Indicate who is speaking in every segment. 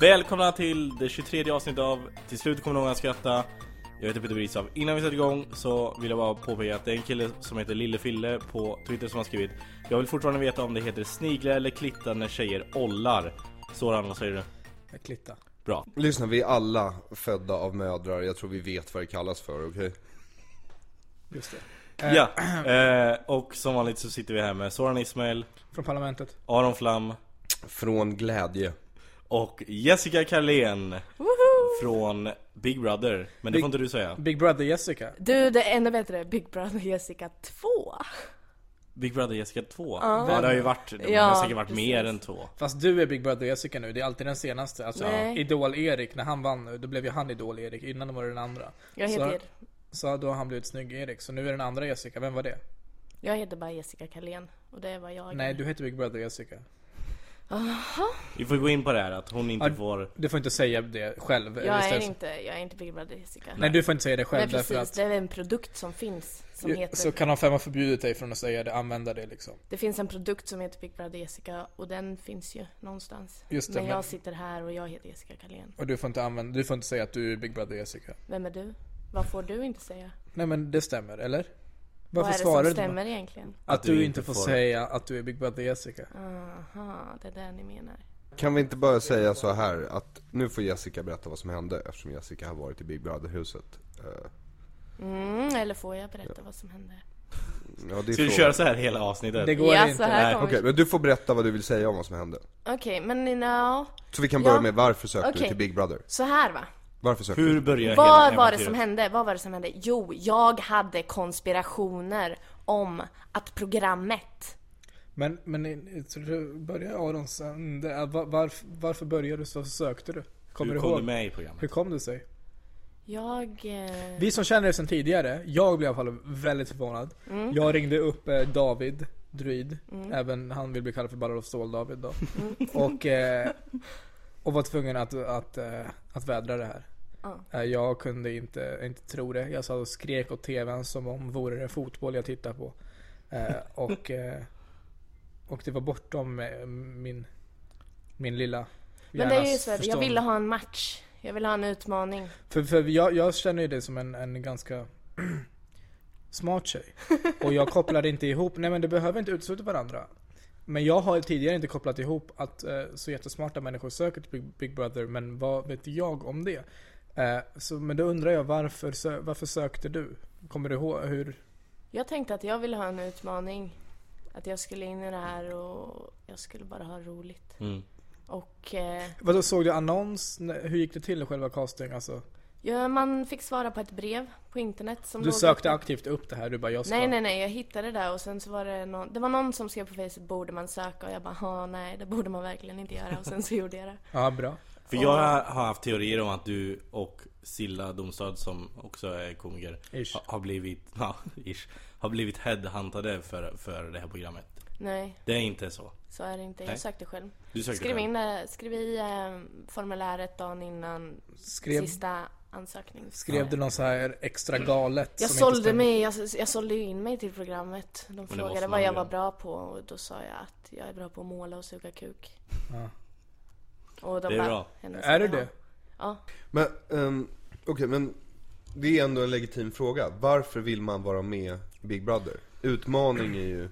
Speaker 1: Välkomna till det 23 avsnittet av Till slut kommer någon att skratta Jag heter Peter Brisav. Innan vi sätter igång så vill jag bara påpeka att det är en kille som heter Lille Fille på Twitter som har skrivit Jag vill fortfarande veta om det heter sniglar eller klitta när tjejer ollar Soran, vad säger du?
Speaker 2: Klitta.
Speaker 1: Bra
Speaker 3: Lyssna, vi är alla födda av mödrar, jag tror vi vet vad det kallas för, okej?
Speaker 2: Just det.
Speaker 1: Ja, eh, och som vanligt så sitter vi här med Soran Ismail,
Speaker 2: Från Parlamentet.
Speaker 1: Aron Flam
Speaker 3: Från glädje
Speaker 1: och Jessica Carlén Från Big Brother, men det
Speaker 2: Big-
Speaker 1: får inte du säga
Speaker 2: Big Brother Jessica.
Speaker 4: Du, det är ännu bättre. Big Brother Jessica 2.
Speaker 1: Big Brother Jessica 2? Ja det har ju varit, det
Speaker 4: Ja,
Speaker 1: har säkert varit mer
Speaker 4: precis.
Speaker 1: än två
Speaker 2: Fast du är Big Brother Jessica nu, det är alltid den senaste. Alltså
Speaker 4: Nej.
Speaker 2: Idol-Erik, när han vann nu, då blev ju han Idol-Erik. Innan var det den andra.
Speaker 4: Jag heter,
Speaker 2: Så, så då har han blivit Snygg-Erik, så nu är den andra Jessica. Vem var det?
Speaker 4: jag heter bara Jessica Carlén. Och det var jag.
Speaker 2: Nej, du heter Big Brother Jessica.
Speaker 1: Vi får gå in på det här att hon inte
Speaker 2: Ja,
Speaker 1: får
Speaker 2: Du får inte säga det själv. eller
Speaker 4: jag, är
Speaker 2: istället-
Speaker 4: inte, jag är inte Big Brother Jessica.
Speaker 2: Nej, du får inte säga det själv
Speaker 4: Nej, precis.
Speaker 2: därför att...
Speaker 4: Det är en produkt som finns. Som heter,
Speaker 2: Så kan de fem ha förbjudit dig från att säga det, använda det liksom.
Speaker 4: Det finns en produkt som heter Big Brother Jessica och den finns ju någonstans.
Speaker 2: Just det,
Speaker 4: men jag
Speaker 2: men-
Speaker 4: sitter här och jag heter Jessica Carlén.
Speaker 2: Och du får inte använda, du får inte säga att du är Big Brother Jessica.
Speaker 4: Vem är du? Vad får du inte säga?
Speaker 2: Nej men det stämmer, eller?
Speaker 4: Vad
Speaker 2: Varför
Speaker 4: är det
Speaker 2: svarar
Speaker 4: som
Speaker 2: du inte?
Speaker 4: stämmer egentligen?
Speaker 2: Att du inte får säga att du är Big Brother Jessica.
Speaker 4: Aha, det är det ni menar.
Speaker 3: Kan vi inte bara säga så här att nu får Jessica berätta vad som hände eftersom Jessica har varit i Big Brother-huset Eh,
Speaker 4: Mm, eller får jag berätta vad som hände?
Speaker 3: Ja det är
Speaker 1: Ska du
Speaker 3: frågan.
Speaker 1: köra så här hela avsnittet?
Speaker 2: Det går
Speaker 4: Ja, så
Speaker 2: inte.
Speaker 4: här
Speaker 3: Okej,
Speaker 4: kommer... Okej,
Speaker 3: men du får berätta vad du vill säga om vad som hände
Speaker 4: men ni- nja.
Speaker 3: Så vi kan
Speaker 4: Ja.
Speaker 3: börja med varför sökte du
Speaker 4: Okej.
Speaker 3: till Big Brother?
Speaker 4: Så här va.
Speaker 3: Varför sökte
Speaker 1: Hur
Speaker 3: du?
Speaker 1: börjar
Speaker 4: Vad
Speaker 1: hela
Speaker 4: var det
Speaker 1: äventyret?
Speaker 4: som hände? Vad var det som hände? Jo, jag hade konspirationer om att programmet
Speaker 2: Men, men i- så du börjar Aron sen, det är- var, varför, varför började du så sökte du? Kommer
Speaker 1: Hur
Speaker 2: du
Speaker 1: kom du
Speaker 2: ihåg?
Speaker 1: med i programmet?
Speaker 2: Hur kom det sig?
Speaker 4: jag... Eh,
Speaker 2: Vi som känner dig sedan tidigare, jag blev i alla fall väldigt förvånad.
Speaker 4: Mm.
Speaker 2: Jag ringde upp eh, David Druid, även han vill bli kallad för Ballar of Stål-David då.
Speaker 4: Mm.
Speaker 2: Och, eh, och var tvungen att, att, eh, att vädra det här. Eh, Jag kunde inte, inte tro det. Jag satt och skrek åt TVn som om vore det fotboll jag tittar på. Eh, Och, eh, och det var bortom eh, min, min lilla
Speaker 4: men det är ju
Speaker 2: hjärnas
Speaker 4: så att jag
Speaker 2: förstånd.
Speaker 4: ville ha en match. Jag ville ha en utmaning.
Speaker 2: För, för jag, jag känner ju dig som en, en ganska smart tjej. Och jag kopplade inte ihop, nej men det behöver inte utesluta varandra. Men jag har tidigare inte kopplat ihop att eh, så jättesmarta människor söker till Big, Big Brother, men vad vet jag om det? Eh, så, men då undrar jag varför, sö, varför sökte du? Kommer du ihåg hur?
Speaker 4: Jag tänkte att jag ville ha en utmaning. Att jag skulle in i det här och jag skulle bara ha roligt.
Speaker 1: Mm.
Speaker 4: Och eh,
Speaker 2: Vadå, såg du annons? Nej, Hur gick det till i själva casting alltså?
Speaker 4: ja, man fick svara på ett brev på internet som
Speaker 2: Du
Speaker 4: låg
Speaker 2: sökte
Speaker 4: uppe.
Speaker 2: aktivt upp det här, du bara jag ska.
Speaker 4: Nej nej nej, jag hittade det där och sen så var det någon, det var någon som skrev på Facebook borde man söka och jag bara "Ja, nej det borde man verkligen inte göra och sen så gjorde jag det.
Speaker 2: Ja, bra.
Speaker 1: För jag har haft teorier om att du och Silla Domstad som också är komiker
Speaker 2: Ish.
Speaker 1: ha- Har blivit, ja, ish, har blivit headhuntade för, för det här programmet
Speaker 4: Nej,
Speaker 1: Det är inte så
Speaker 4: så är det inte. Jag
Speaker 1: Nej.
Speaker 4: sökte själv.
Speaker 1: Du sökte
Speaker 4: skriv,
Speaker 1: själv.
Speaker 4: In, eh, skriv i eh, formuläret dagen innan
Speaker 2: Skrev,
Speaker 4: sista ansökning.
Speaker 2: Skrev du någon så här extra galet?
Speaker 4: Jag
Speaker 2: som inte
Speaker 4: sålde,
Speaker 2: stämde?
Speaker 4: mig, jag, jag sålde ju in mig till programmet. De
Speaker 1: får
Speaker 4: frågade
Speaker 1: man
Speaker 4: vad jag
Speaker 1: göra.
Speaker 4: var bra på och då sa jag att jag är bra på att måla och suga kuk.
Speaker 2: Ja.
Speaker 4: Och de
Speaker 1: Det är
Speaker 4: bara,
Speaker 1: bra.
Speaker 4: "Henne ska
Speaker 2: Är
Speaker 4: vi
Speaker 2: du
Speaker 4: ha."
Speaker 2: det?
Speaker 4: Ja.
Speaker 3: Men, um, okej men det är ändå en legitim fråga. Varför vill man vara med i Big Brother? Utmaning är ju,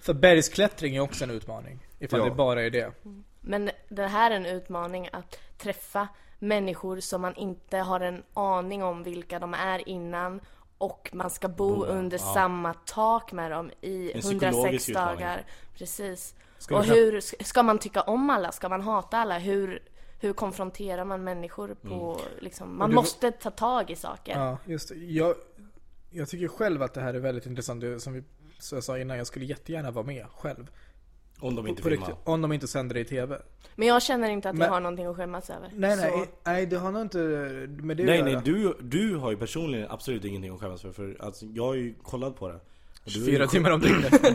Speaker 2: För bergsklättring är också en utmaning. Ifall
Speaker 3: Ja.
Speaker 2: det bara är det.
Speaker 4: Men det här är en utmaning att träffa människor som man inte har en aning om vilka de är innan och man ska bo under samma tak med dem i
Speaker 1: En psykologisk
Speaker 4: 106
Speaker 1: utmaning.
Speaker 4: dagar. Precis.
Speaker 2: Ska
Speaker 4: och
Speaker 2: vi ta-
Speaker 4: hur s- ska man tycka om alla? Ska man hata alla? Hur, hur konfronterar man människor på liksom, man
Speaker 2: du-
Speaker 4: måste ta tag i saker.
Speaker 2: Ja, just det. Jag, jag tycker själv att det här är väldigt intressant. Det- Som vi, så jag sa innan, jag skulle jättegärna vara med själv.
Speaker 1: Om de inte
Speaker 2: På
Speaker 1: filmar.
Speaker 2: riktigt, om de inte sänder det i TV.
Speaker 4: Men jag känner inte att jag
Speaker 2: Men-
Speaker 4: har någonting att skämmas över.
Speaker 2: Nej,
Speaker 4: Så-
Speaker 2: nej, nej, det har nog inte med det
Speaker 1: Nej
Speaker 2: att
Speaker 1: nej,
Speaker 2: göra.
Speaker 1: du, du har ju personligen absolut ingenting att skämmas för, för alltså, jag har ju kollat på det. Och Du har ju
Speaker 2: Fyra
Speaker 1: skö-
Speaker 2: timmar om dygnet.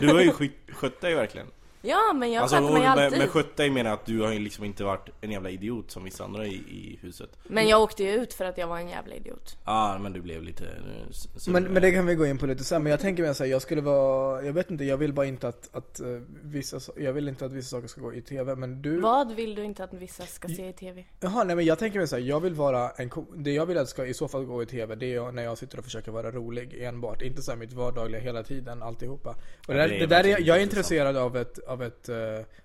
Speaker 1: Du har ju skö- skött dig verkligen.
Speaker 4: Ja, men jag
Speaker 1: Alltså,
Speaker 4: sköter
Speaker 1: och
Speaker 4: mig
Speaker 1: med,
Speaker 4: alltid.
Speaker 1: med skött dig menar jag att du har ju liksom inte varit en jävla idiot som vissa andra i, i huset.
Speaker 4: Men jag åkte ju ut för att jag var en jävla idiot.
Speaker 1: Ja, ah, men du blev lite... eh, s- s-
Speaker 2: Men, men det kan vi gå in på lite sen. Men jag tänker mig såhär, jag skulle vara, jag vet inte, jag vill bara inte att, att eh, vissa, sa- jag vill inte att vissa saker ska gå i TV. Men du,
Speaker 4: Vad vill du inte att vissa ska se i TV?
Speaker 2: Jaha, nej men jag tänker mig såhär, jag vill vara en ko- Det jag vill att ska i så fall gå i TV, det är jag- när jag sitter och försöker vara rolig enbart. Inte såhär mitt vardagliga hela tiden, alltihopa. Och det, där,
Speaker 1: det är
Speaker 2: det där är,
Speaker 1: verkligen
Speaker 2: jag är
Speaker 1: intressant.
Speaker 2: intresserad av, ett, av, ett, eh,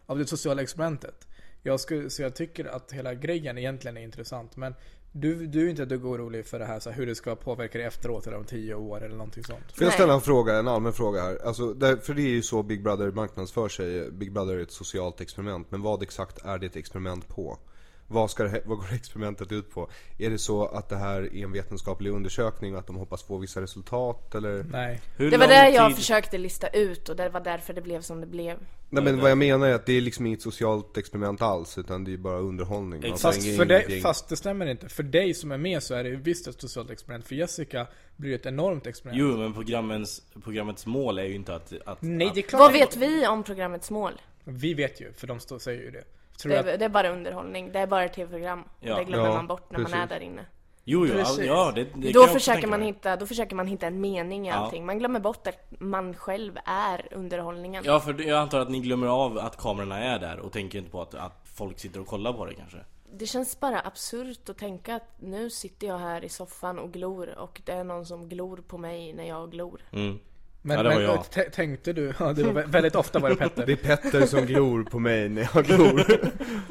Speaker 2: av det sociala experimentet. Jag skulle, så jag tycker att hela grejen egentligen är intressant. Men du, du är inte ett dugg orolig för det här, så här, hur det ska påverka dig efteråt eller om tio år eller någonting sånt.
Speaker 3: får jag
Speaker 4: Nej.
Speaker 3: ställa en fråga, en allmän fråga här? Alltså, där, för det är ju så Big Brother marknadsför sig. Big Brother är ett socialt experiment, men vad exakt är det ett experiment på? Vad, ska det, he- vad går experimentet ut på? Är det så att det här är en vetenskaplig undersökning och att de hoppas få vissa resultat eller?
Speaker 2: Nej.
Speaker 1: Hur
Speaker 4: Det var
Speaker 1: lång
Speaker 4: det jag
Speaker 1: tid-
Speaker 4: försökte lista ut och det var därför det blev som det blev.
Speaker 3: Nej men vad jag menar är att det är liksom inget socialt experiment alls utan det är ju bara underhållning. Alltså, Man
Speaker 1: Exakt.
Speaker 2: Fast,
Speaker 3: slänger
Speaker 2: för
Speaker 3: in ett
Speaker 2: dig,
Speaker 3: gäng-
Speaker 2: fast det stämmer inte. För dig som är med så är det visst ett socialt experiment. För Jessica blir det ett enormt experiment.
Speaker 1: Jo, men programmens, programmets mål är ju inte att... att
Speaker 2: Nej, det är
Speaker 1: att,
Speaker 2: klart
Speaker 4: Vad
Speaker 2: det-
Speaker 4: vet vi om programmets mål?
Speaker 2: Vi vet ju, för de står, säger ju det. Tror
Speaker 4: Det
Speaker 2: du att,
Speaker 4: är, det är bara underhållning, det är bara ett tv-program.
Speaker 1: Ja.
Speaker 4: Det glömmer
Speaker 3: Ja,
Speaker 4: man bort när man är
Speaker 3: precis.
Speaker 4: där inne.
Speaker 1: Jo, jo,
Speaker 2: Precis.
Speaker 1: ja, det, det kan jag
Speaker 4: Då
Speaker 1: också
Speaker 4: försöker,
Speaker 1: tänka
Speaker 4: man
Speaker 1: mig.
Speaker 4: hitta, då försöker man hitta en mening i
Speaker 1: Ja.
Speaker 4: allting. Man glömmer bort att man själv är underhållningen.
Speaker 1: Ja, för jag antar att ni glömmer av att kamerorna är där och tänker inte på att, att folk sitter och kollar på det kanske.
Speaker 4: Det känns bara absurt att tänka att nu sitter jag här i soffan och glor och det är någon som glor på mig när jag glor.
Speaker 2: men,
Speaker 1: Ja, det var
Speaker 2: men
Speaker 1: jag.
Speaker 2: tä- tänkte du, ja, det var vä- väldigt ofta var det
Speaker 3: Det är
Speaker 2: Petter.
Speaker 3: Petter som glor på mig när jag glor.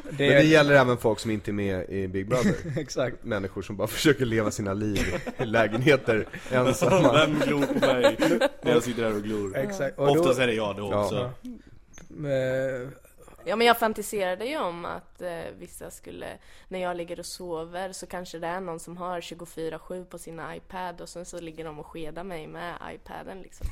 Speaker 3: Men det gäller även folk som inte är med i Big Brother.
Speaker 2: Exakt.
Speaker 3: Människor som bara försöker leva sina liv i lägenheter ensamma.
Speaker 1: Vem glor på mig när jag sitter här och glor?
Speaker 2: Exakt. Och då,
Speaker 1: Oftast är det jag då
Speaker 3: Ja.
Speaker 1: också.
Speaker 2: eh,
Speaker 4: Ja men jag fantiserade ju om att eh, vissa skulle, när jag ligger och sover så kanske det är någon som har 24-7 på sin iPad och sen så ligger de och skedar mig med iPaden liksom.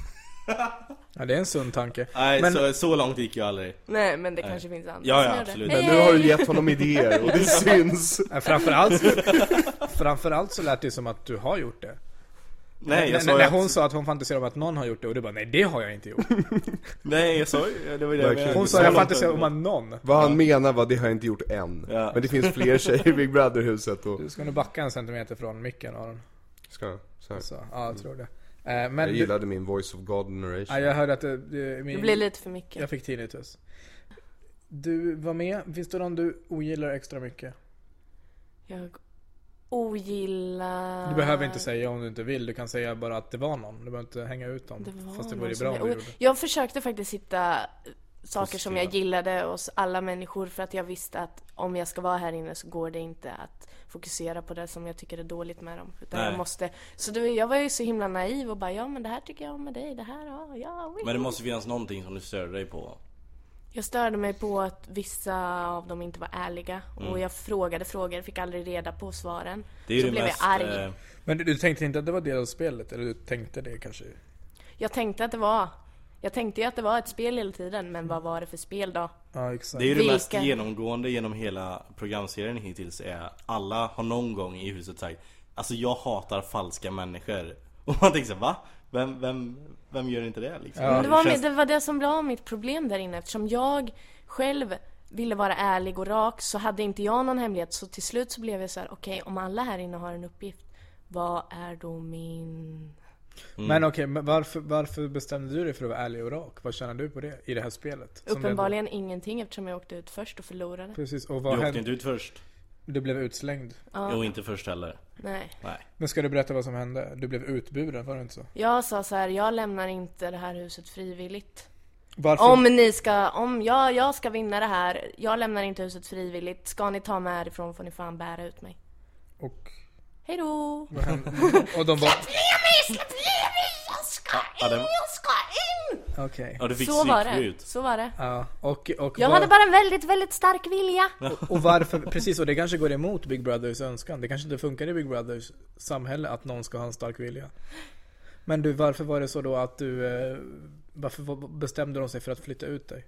Speaker 2: ja, det är en sund tanke.
Speaker 1: Nej,
Speaker 2: Men-
Speaker 1: så, så långt gick jag aldrig.
Speaker 4: Nej men det kanske finns andra
Speaker 1: Ja,
Speaker 4: som
Speaker 1: ja,
Speaker 4: gör
Speaker 1: absolut.
Speaker 4: det.
Speaker 3: Men nu har du gett honom idéer och det syns.
Speaker 2: Ja, Framförallt, framförallt så lät det som att du har gjort det.
Speaker 1: Nej, jag
Speaker 2: När-
Speaker 1: sa
Speaker 2: när
Speaker 1: ju att-
Speaker 2: hon sa att hon fantiserar om att någon har gjort det och du bara nej det har jag inte gjort.
Speaker 1: Nej, jag sa ju... Det var ju det
Speaker 3: Verkligen.
Speaker 2: Hon
Speaker 1: menade.
Speaker 2: sa jag
Speaker 1: Så långt
Speaker 2: fantiserar
Speaker 1: har
Speaker 2: om
Speaker 1: jag
Speaker 2: att någon.
Speaker 3: Vad han menar var det har jag inte gjort än.
Speaker 1: Ja.
Speaker 3: Men det finns fler tjejer i Big Brother-huset och...
Speaker 2: Du ska nu backa en centimeter från micken Aron.
Speaker 3: Ska jag? Så här.
Speaker 2: Så, ja, jag tror det. Eh, men
Speaker 3: Jag
Speaker 2: du-
Speaker 3: gillade min Voice of God
Speaker 2: ja,
Speaker 3: narration.
Speaker 2: jag hörde att det, det, min,
Speaker 4: Det blir lite för mycket.
Speaker 2: Jag fick tinnitus. Du var med. Finns det någon du ogillar extra mycket?
Speaker 4: Jag ogillar...
Speaker 2: Du behöver
Speaker 4: Ah.
Speaker 2: inte säga om du inte vill. Du kan säga bara att det var någon. Du behöver inte hänga ut dem.
Speaker 4: Det
Speaker 1: Mm.
Speaker 4: var
Speaker 2: Fast det
Speaker 4: någon
Speaker 2: vore
Speaker 4: som
Speaker 2: bra om
Speaker 4: jag-
Speaker 2: du
Speaker 4: och
Speaker 2: gjorde.
Speaker 4: Jag försökte faktiskt hitta saker som jag
Speaker 1: Positiva.
Speaker 4: gillade hos alla människor för att jag visste att om jag ska vara här inne så går det inte att fokusera på det som jag tycker är dåligt med dem. Utan
Speaker 1: Nej.
Speaker 4: jag måste... Så det, jag var ju så himla naiv och bara ja men det här tycker jag om med dig, det här, ja, ja.
Speaker 1: Men det
Speaker 4: wee."
Speaker 1: måste finnas någonting som du stör dig på.
Speaker 4: Jag störde mig på att vissa av dem inte var ärliga och jag frågade frågor, fick aldrig reda på svaren.
Speaker 1: Mm. Det är ju
Speaker 4: så
Speaker 1: det
Speaker 4: blev
Speaker 1: mest...
Speaker 4: jag arg.
Speaker 1: eh,
Speaker 2: Men du, du tänkte inte att det var del av spelet? Eller du tänkte det kanske?
Speaker 4: Jag tänkte att det var... Jag tänkte ju att det var ett spel hela tiden, men vad var det för spel då?
Speaker 2: Ja exakt.
Speaker 1: Det är ju det
Speaker 4: Vilka?
Speaker 1: mest genomgående genom hela programserien hittills är alla har någon gång i huset sagt Alltså jag hatar falska människor Och man tänker såhär va? Vem, vem, vem gör inte det liksom?
Speaker 4: Men det, var,
Speaker 1: Känns-
Speaker 4: det var det som var mitt problem där inne eftersom jag själv ville vara ärlig och rak så hade inte jag någon hemlighet. Så till slut så blev jag så här: okej om alla här inne har en uppgift, vad är då min...
Speaker 2: Men okej, men varför, varför bestämde du dig för att vara ärlig och rak? Vad känner du på det i det här spelet? Som det- Mm.
Speaker 4: Uppenbarligen ingenting eftersom jag åkte ut först och förlorade.
Speaker 2: Precis, och
Speaker 1: Du
Speaker 2: vad
Speaker 1: åkte
Speaker 2: hände?
Speaker 1: inte ut först.
Speaker 2: Du blev utslängd.
Speaker 1: Jo, inte först heller.
Speaker 4: Nej.
Speaker 1: Nej.
Speaker 2: Men ska du berätta vad som hände? Du blev utburen, var det inte så?
Speaker 4: Jag sa så här, jag lämnar inte det här huset frivilligt.
Speaker 2: Varför?
Speaker 4: Om ni ska, om jag, jag ska vinna det här, jag lämnar inte huset frivilligt. Ska ni ta mig härifrån får ni fan bära ut mig.
Speaker 2: Och,
Speaker 4: Hej då!
Speaker 2: vad hände? och de bara...
Speaker 4: Släpp ner mig! Jag ska
Speaker 1: Ja, det-
Speaker 4: in! Jag ska in!
Speaker 2: Okej.
Speaker 1: Ja, du fick
Speaker 4: Så var
Speaker 1: gick
Speaker 4: det.
Speaker 1: du ut.
Speaker 4: Så var det.
Speaker 2: Ja, och, och,
Speaker 4: Jag
Speaker 2: var-
Speaker 4: hade bara en väldigt, väldigt stark vilja.
Speaker 2: och varför, precis och det kanske går emot Big Brothers önskan. Det kanske inte funkar i Big Brothers samhälle att någon ska ha en stark vilja. Men du, varför var det så då att du, eh, varför var- bestämde de sig för att flytta ut dig?